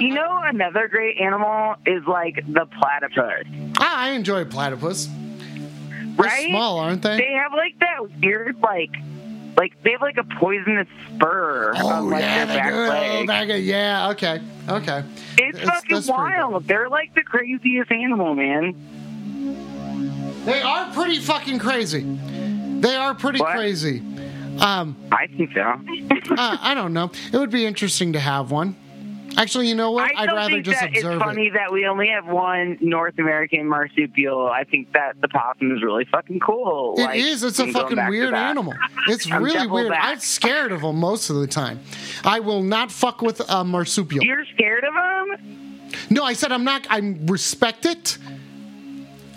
You know, another great animal is like the platypus.
Ah, I enjoy platypus.
Right?
small, aren't they?
They have like that weird, like, like they have like a poisonous spur on like
Oh, yeah,
their
they
back
do it on the
leg.
back of- yeah, okay, okay.
It's, fucking
that's pretty
wild. They're like the craziest animal, man.
They are pretty fucking crazy. They are pretty crazy. Um,
I think so.
uh, I don't know. It would be interesting to have one. Actually, you know what?
I
I'd
don't
rather
think
just
that it's
observe it.
funny that we only have one North American marsupial. I think that the possum is really fucking cool.
It
Like,
is. It's a
I'm going
fucking
back to
weird
that. [LAUGHS]
animal. It's
I'm
really
double
weird.
back.
I'm scared of them most of the time. I will not fuck with a marsupial.
You're scared of them?
No, I said I'm not. I respect it.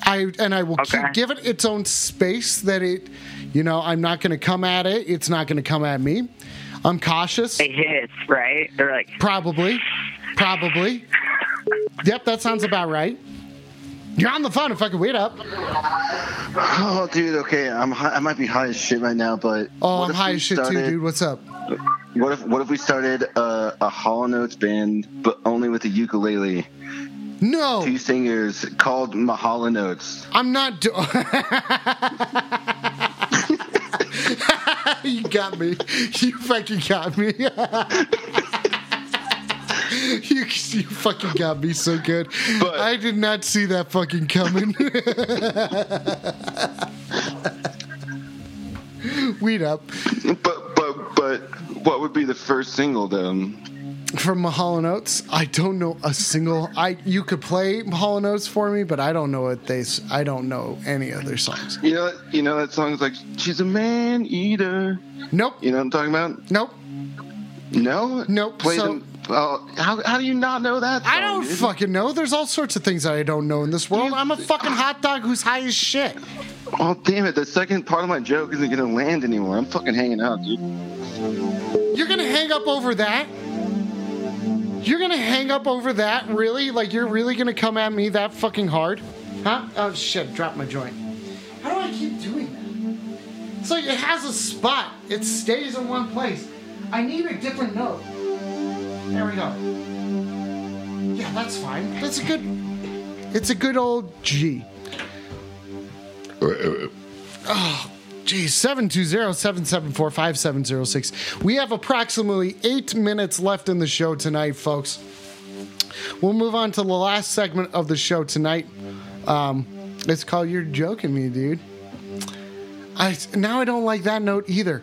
I and I will
Okay.
keep, give it its own space. That it, you know, I'm not going to come at it. It's not going to come at me. I'm cautious.
They hiss, right? They're like
probably,
[LAUGHS]
probably. yep, that sounds about right. You're on the phone. If I could wait up.
Oh, dude. Okay, I'm high, I might be high as shit right now, but
Oh,
what
I'm
if
high
we
as shit
started-
too, dude. What's up?
What if what if we started uh, a, a Hollow Notes band, but only with a ukulele?
No.
Two singers called Mahalo Notes.
I'm not. Do- [LAUGHS] you got me. You fucking got me. [LAUGHS] you, you fucking got me so good. I did not see that fucking coming. [LAUGHS] Weed up
But but but what would be the first single though?
from Mahalo Notes. I don't know a single. I you could play Mahalo Notes for me, but I don't know what they. s- I don't know any other songs.
You know you know that song's like she's a man eater.
Nope.
You know what I'm talking about?
Nope.
No.
Nope.
Play
So-
them. Oh, how how do you not know that?
I don't fucking know. There's all sorts of things that I don't know in this world. I'm a fucking hot dog who's high as shit.
Oh damn it! The second part of my joke isn't gonna land anymore. I'm fucking hanging out, dude.
You're gonna hang up over that? You're gonna hang up over that? Really? Like you're really gonna come at me that fucking hard? Huh? Oh shit! Drop my joint. How do I keep doing that? It's like it has a spot. It stays in one place. I need a different note. There we go. Yeah, that's fine. That's a good. It's a good old G. Oh, geez, 720-774-5706. We have approximately eight minutes left in the show tonight, folks. We'll move on to the last segment of the show tonight. Um, it's called You're Joking Me, Dude. I now I don't like that note either.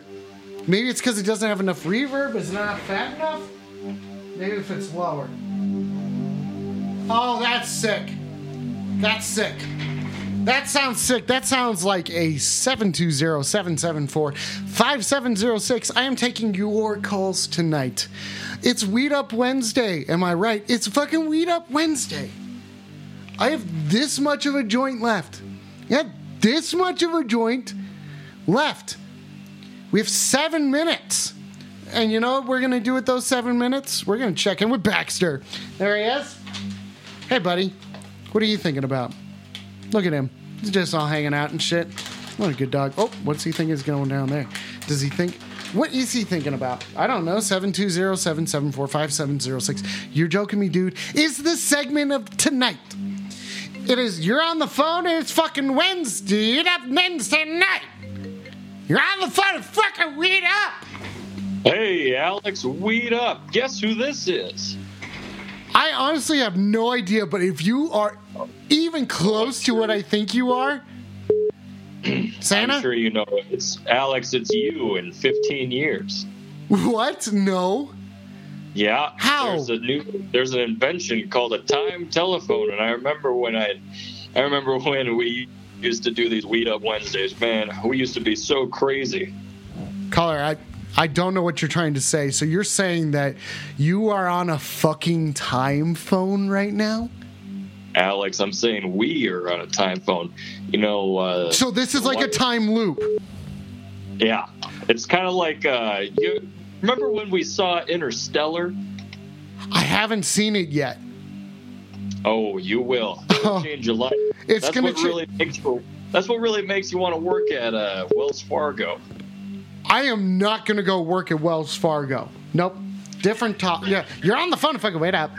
Maybe it's because it doesn't have enough reverb, it's not fat enough. Maybe if it's lower. Oh, that's sick. That's sick. That sounds sick. That sounds like a 720-774-5706. I am taking your calls tonight. It's Weed Up Wednesday. Am I right? It's fucking Weed Up Wednesday. I have this much of a joint left. I have this much of a joint left. We have seven minutes. And you know what we're going to do with those seven minutes? We're going to check in with Baxter. There he is. Hey, buddy. What are you thinking about? Look at him. He's just all hanging out and shit. What a good dog. Oh, what's he think is going down there? Does he think? What is he thinking about? I don't know. 720-774-5706. You're joking me, dude. Is the segment of tonight. It is you're on the phone and it's fucking Wednesday. You're up Wednesday night. You're on the phone and fucking weed up.
Hey, Alex, weed up. Guess who this is?
I honestly have no idea, but if you are even close to what I think you are,
I'm
Santa?
sure you know it. It's Alex. It's you in 15 years.
What? No.
Yeah.
How?
There's a new. There's an invention called a time telephone, and I remember when I, I remember [LAUGHS] when we used to do these weed up Wednesdays. Man, we used to be so crazy.
Caller, I, I don't know what you're trying to say. So you're saying that you are on a fucking time phone right now?
Alex, I'm saying we are on a time phone. You know. Uh,
So this is like a
what-
time loop.
Yeah, it's kind of like uh, you remember when we saw Interstellar.
I haven't seen it yet.
Oh, you will. It'll change your life.
Oh. It's
that's
gonna
what
cha-
really makes you, That's what really makes you want to work at uh, Wells Fargo.
I am not going to go work at Wells Fargo. Nope. different top. Yeah, you're on the phone. Fucking wait up.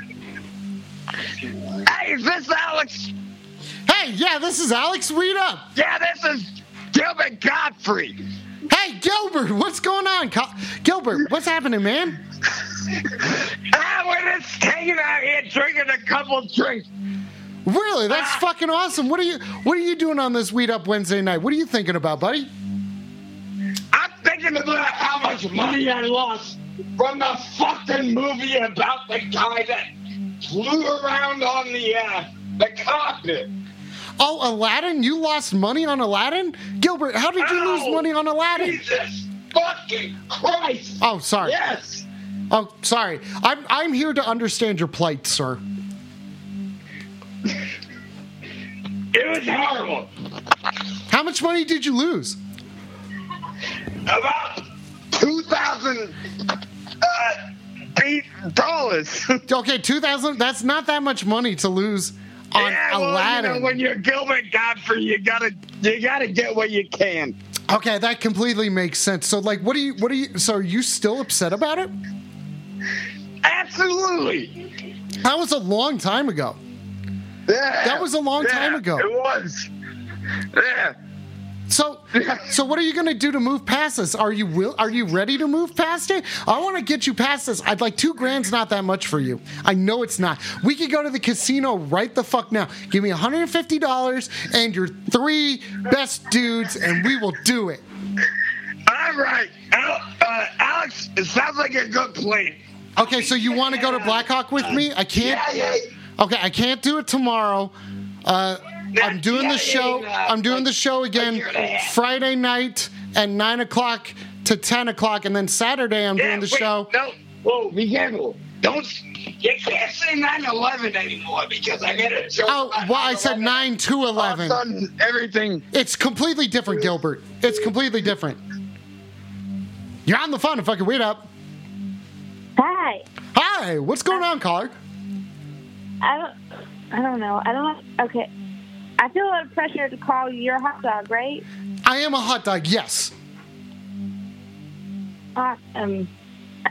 Hey, is this Alex?
Hey, yeah, this is Alex Weed Up.
Yeah, this is Gilbert Godfrey.
Hey, Gilbert, what's going on? Co- Gilbert, what's happening, man?
Ah, we're just hanging out here drinking a couple drinks. Ah.
Really, that's fucking awesome. What are you What are you doing on this Weed Up Wednesday night? What are you thinking about, buddy?
I'm thinking about how much money I lost from the fucking movie about the guy that flew around on the uh, the carpet.
Oh, Aladdin, you lost money on Aladdin? Gilbert, how did you lose money on Aladdin?
Jesus fucking Christ!
Oh, sorry.
Yes.
Oh, sorry. I'm I'm here to understand your plight, sir.
It was horrible.
How much money did you lose?
About two thousand uh, dollars. [LAUGHS]
Okay, two thousand. That's not that much money to lose on
yeah, well,
Aladdin.
You know, when you're Gilbert Godfrey, you gotta you gotta get what you can.
okay, that completely makes sense. So, like, what do you? What do you? So, are you still upset about it?
Absolutely.
That was a long time ago.
Yeah.
That was a long
Yeah,
time ago.
It was. Yeah.
So, so what are you going to do to move past this? Are you will? Are you ready to move past it? I want to get you past this. I'd like two grand's not that much for you. I know it's not. We could go to the casino right the fuck now. Give me one hundred and fifty dollars and your three best dudes, and we will do it.
All right, Al- uh, Alex. It sounds like a good plan.
Okay, so you want to go to Blackhawk with me? I can't.
Yeah,
Okay, I can't do it tomorrow. Uh, I'm doing the show. I'm doing the show again Friday night at nine o'clock to ten o'clock, and then Saturday I'm doing the
wait,
show.
No, whoa, be careful. Don't. You can't say 9/11 anymore because I get a joke.
Oh, well, I said nine to eleven.
sudden, everything.
It's completely different, Gilbert. It's completely different. You're on the phone. If I can wait up.
Hi.
Hi. What's going on, caller?
I don't. I don't know. I don't. Have, okay. I feel a lot of pressure to call you your hot dog, right?
I am a hot dog. Yes.
Awesome.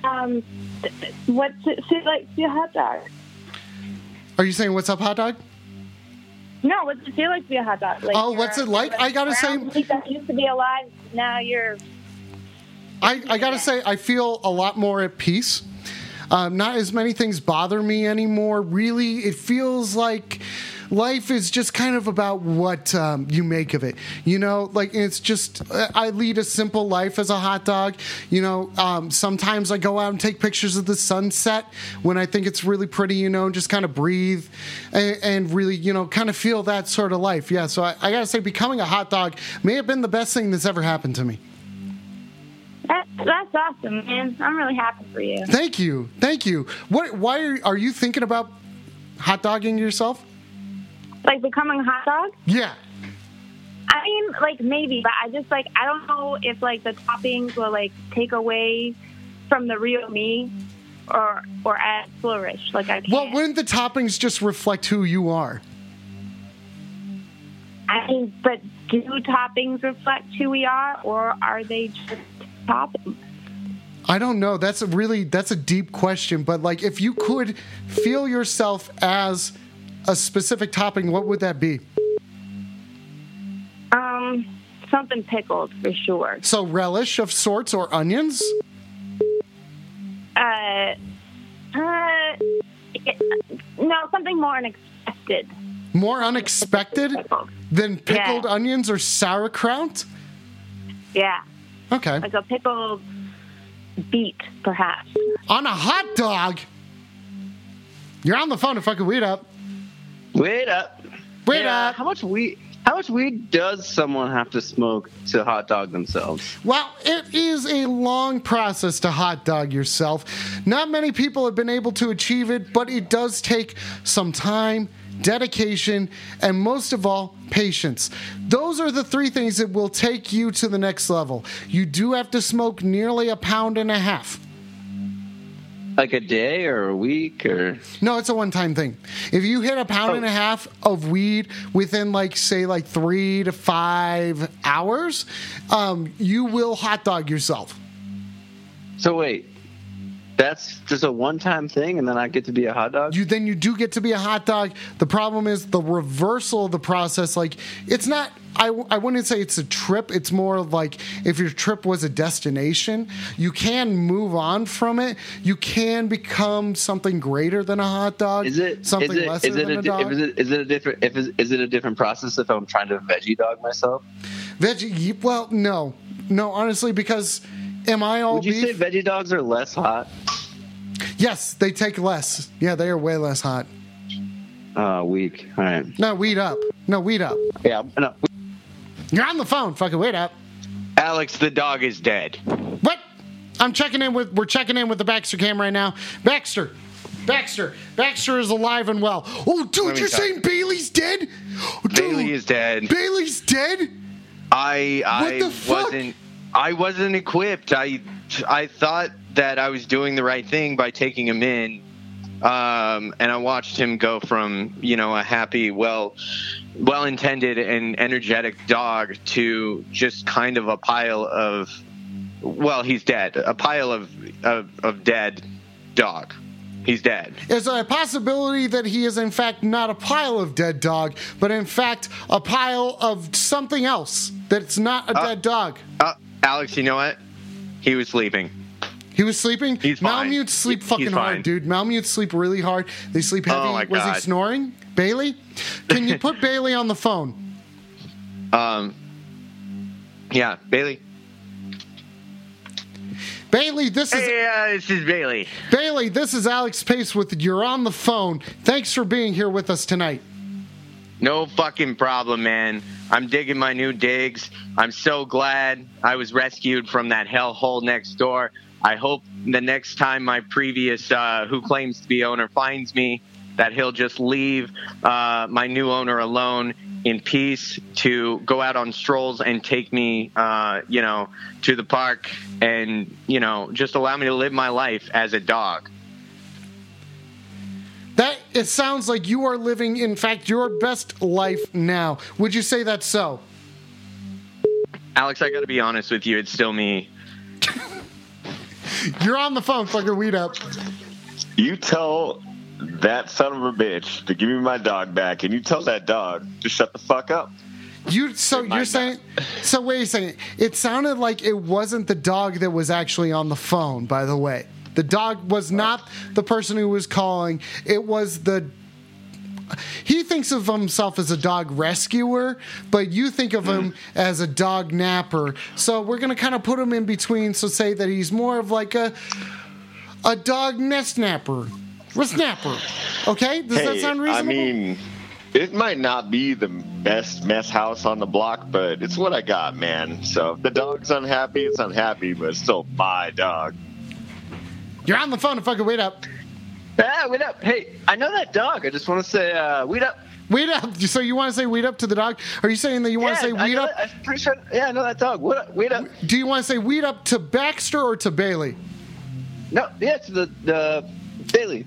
Um, th- th- what's it feel like to be a hot dog?
Are you saying what's up, hot dog?
No, what's it feel like to be a hot dog? Like
Oh, what's
you're
it
a-
like? I gotta say-
brown meat that used to be alive. Now you're.
I, I gotta say, I feel a lot more at peace. Um, not as many things bother me anymore. Really, it feels like life is just kind of about what um, you make of it. You know, like it's just, uh, I lead a simple life as a hot dog. You know, um, sometimes I go out and take pictures of the sunset when I think it's really pretty, you know, and just kind of breathe and, and really, you know, kind of feel that sort of life. Yeah, so I, I gotta say, becoming a hot dog may have been the best thing that's ever happened to me.
That's that's awesome, man. I'm really happy for you.
Thank you, thank you. What? Why are, are you thinking about hot dogging yourself?
Like becoming a hot dog.
Yeah.
I mean, like maybe, but I just like I don't know if like the toppings will like take away from the real me, or or add flourish. Like I can't.
Well, wouldn't the toppings just reflect who you are?
I mean, but do toppings reflect who we are, or are they just toppings?
I don't know. That's a really that's a deep question. But like, if you could feel yourself as a specific topping, what would that be?
Um, something pickled for sure.
So relish of sorts or onions?
Uh, uh, it- no, something more unexpected.
More unexpected than pickled onions or sauerkraut?
Yeah,
Okay.
like a pickled beet, perhaps.
On a hot dog. You're on the phone to fucking weed up.
Wait up.
Wait
up. How much weed? How much weed does someone have to smoke to hot dog themselves?
Well, it is a long process to hot dog yourself. Not many people have been able to achieve it, but it does take some time, dedication, and most of all, patience. Those are the three things that will take you to the next level. You do have to smoke nearly a pound and a half.
Like a day or a week or?
No, it's a one time thing. If you hit a pound and a half of weed within, like, say, like three to five hours, um, you will hot dog yourself.
So wait, That's just a one-time thing, and then I get to be a hot dog.
You then you do get to be a hot dog. The problem is the reversal of the process. Like it's not. I, I wouldn't say it's a trip. It's more like if your trip was a destination, you can move on from it. You can become something greater than a hot dog.
Is it
something
is it,
lesser
is it
than
a,
a
di-
dog?
Is it, is it a different? If is, is it a different process if I'm trying to veggie dog myself?
Veggie? y- Well, no, no. Honestly, because am I all
Would you
beef?
say veggie dogs are less hot?
yes, they take less. Yeah, they are way less hot.
Uh, weak. All right.
No, weed up. No, weed up.
Yeah. No.
You're on the phone. Fucking wait up.
Alex, the dog is dead.
What? I'm checking in with. We're checking in with the Baxter cam right now. Baxter, Baxter, Baxter is alive and well. Oh,
Let
dude,
me
you're
talk.
saying Bailey's dead?
Bailey is dead.
Bailey's dead?
I I
What the fuck?
wasn't I wasn't equipped. I I thought that I was doing the right thing by taking him in. Um, and I watched him go from, you know, a happy, well well intended and energetic dog to just kind of a pile of well, he's dead. A pile of of, of dead dog. He's dead.
Is there a possibility that he is in fact not a pile of dead dog, but in fact a pile of something else that's not a dead dog?
Uh, Alex, you know what? He was sleeping.
He was sleeping.
He's fine.
Malmutes sleep
He- he's
fucking hard,
fine. Oh
dude. Malmutes sleep really hard. They sleep heavy.
my
Was he
God.
snoring? Bailey, can you
[LAUGHS]
put Bailey on the phone?
Um, yeah, Bailey.
Bailey, this is
Yeah, uh, this is Bailey.
Bailey. This is Alex Pace with you're on the phone. Thanks for being here with us tonight.
No fucking problem, man. I'm digging my new digs. I'm so glad I was rescued from that hellhole next door. I hope the next time my previous uh, who claims to be owner finds me, that he'll just leave uh, my new owner alone in peace to go out on strolls and take me, uh, you know, to the park and you know just allow me to live my life as a dog.
That it sounds like you are living, in fact, your best life now. Would you say that's so?
Alex, I got to be honest with you. It's still me.
You're on the phone, fucking weed up.
You tell that son of a bitch to give me my dog back, and you tell that dog to shut the fuck up.
You so you're saying so wait a second. It sounded like it wasn't the dog that was actually on the phone, by the way. The dog was not the person who was calling. It was the he thinks of himself as a dog rescuer, but you think of him as a dog napper. So we're gonna kind of put him in between. So say that he's more of like a a dog nest napper, a snapper. Okay, does that
Hey,
sound reasonable?
I mean, it might not be the best mess house on the block, but it's what I got, man. So if the dog's unhappy, it's unhappy, but it's still my dog.
you're on the phone. to Fucking wait up.
Ah, wait up. Hey, I know that dog. I just want to say, uh, wait up.
Weed up. So you want to say weed up to the dog? Are you saying that you want
Yeah,
to say
I
weed
know
up?
that- I'm pretty sure. Yeah, I know that dog. Wait up. Wait up.
Do you want to say weed up to Baxter or to Bailey?
No, yeah, it's the the Bailey.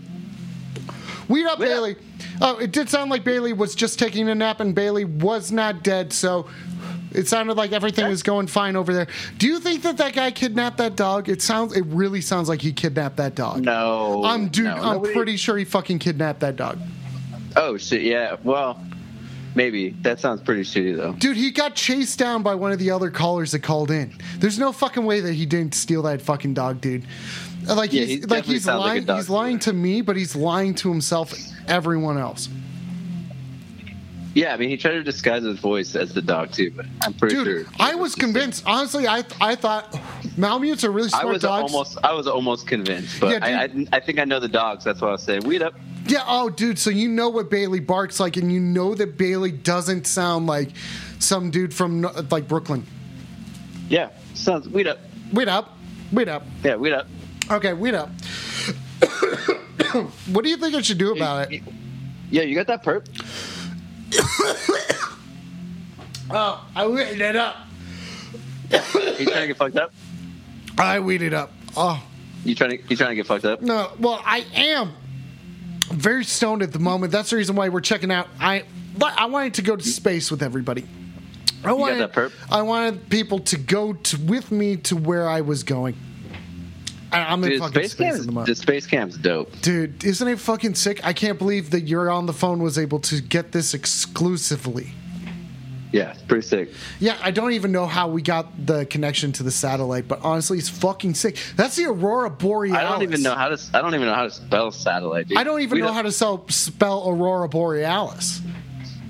Weed up, Bailey. Oh, it did sound like Bailey was just taking a nap and Bailey was not dead, so it sounded like everything was going fine over there. Do you think that that guy kidnapped that dog? It sounds. It really sounds like he kidnapped that dog.
No,
I'm dude.
no,
I'm
nobody-
pretty sure he fucking kidnapped that dog.
Oh shit. Yeah. Well, maybe that sounds pretty shitty though.
Dude, he got chased down by one of the other callers that called in. There's no fucking way that he didn't steal that fucking dog, dude. Uh, Like
Yeah,
he's,
he
like
definitely
he's
sounds like a
lying.
dog
he's lying to me, but he's lying to himself, and everyone else.
Yeah, I mean, he tried to disguise his voice as the dog too, but I'm pretty
Dude,
sure.
I was convinced. Honestly, I I thought Malmutes are really
I
smart
was
dogs.
almost, I was almost convinced, but I, I, I think I know the dogs. That's why I say, "Weed up."
Yeah. Oh, dude. So you know what Bailey barks like, and you know that Bailey doesn't sound like some dude from like Brooklyn.
Yeah, sounds weed up.
Wait up. Wait up.
Yeah, weed up.
Okay. Wait up. [COUGHS] what do you think I should do about it?
Yeah, you got that perp?
[COUGHS] oh, I weeded it up.
You trying to get fucked up?
I weeded up. Oh
You trying to, you trying to get fucked up?
no. Well, I am very stoned at the moment. That's the reason why we're checking out. I I wanted to go to space with everybody. I
got
wanted,
that perp?
I wanted people to go to, with me to where I was going. I- I'm in
Dude,
fucking
space
space
camp.
at the moment.
The space camp's dope.
Dude, isn't it fucking sick? I can't believe that you're on the phone was able to get this exclusively.
Yeah, it's pretty sick.
Yeah, I don't even know how we got the connection to the satellite, but honestly, it's fucking sick. That's the Aurora Borealis.
I don't even know how to. I don't even know how to spell satellite. Dude.
I don't even
We
know how to sell, spell Aurora Borealis.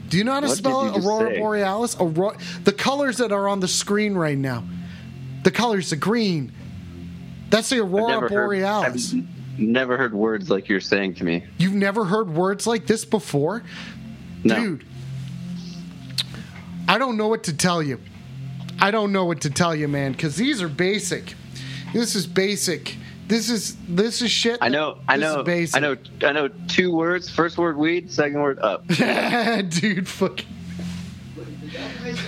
Do you know how to
What did
spell
you
it?
just
Aurora
say?
Borealis? Aurora, the colors that are on the screen right now. The colors, the green. That's the Aurora
never heard-
Borealis.
Never heard words like you're saying to me.
You've never heard words like this before?
No.
Dude, I don't know what to tell you. I don't know what to tell you, man, because these are basic. This is basic. This is this is shit.
I know. I
This is
know.
basic.
I know. I know. Two words. First word weed. Second
[LAUGHS]
word up.
dude, fucking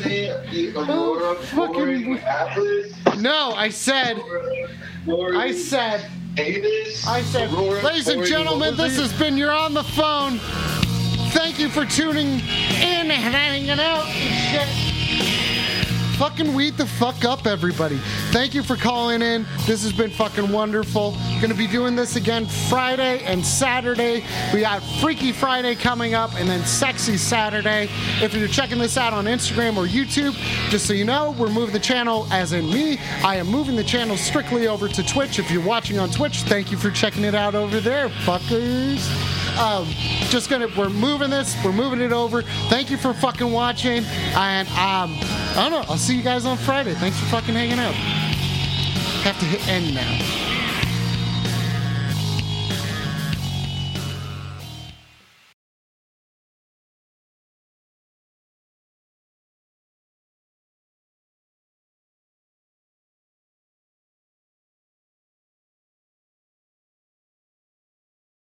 The Aurora
fucking No, I said I said I said Ladies and
Borealis.
gentlemen, this has been your on the phone. Thank you for tuning in and hanging out and shit. fucking weed the fuck up, everybody. Thank you for calling in. This has been fucking wonderful. Gonna be doing this again Friday and Saturday. We got Freaky Friday coming up and then Sexy Saturday. If you're checking this out on Instagram or YouTube, just so you know, we're moving the channel, as in me, I am moving the channel strictly over to Twitch. If you're watching on Twitch, thank you for checking it out over there, fuckers um, just gonna we're moving this we're moving it over thank you for fucking watching and um, i don't know i'll see you guys on friday thanks for fucking hanging out have to hit end now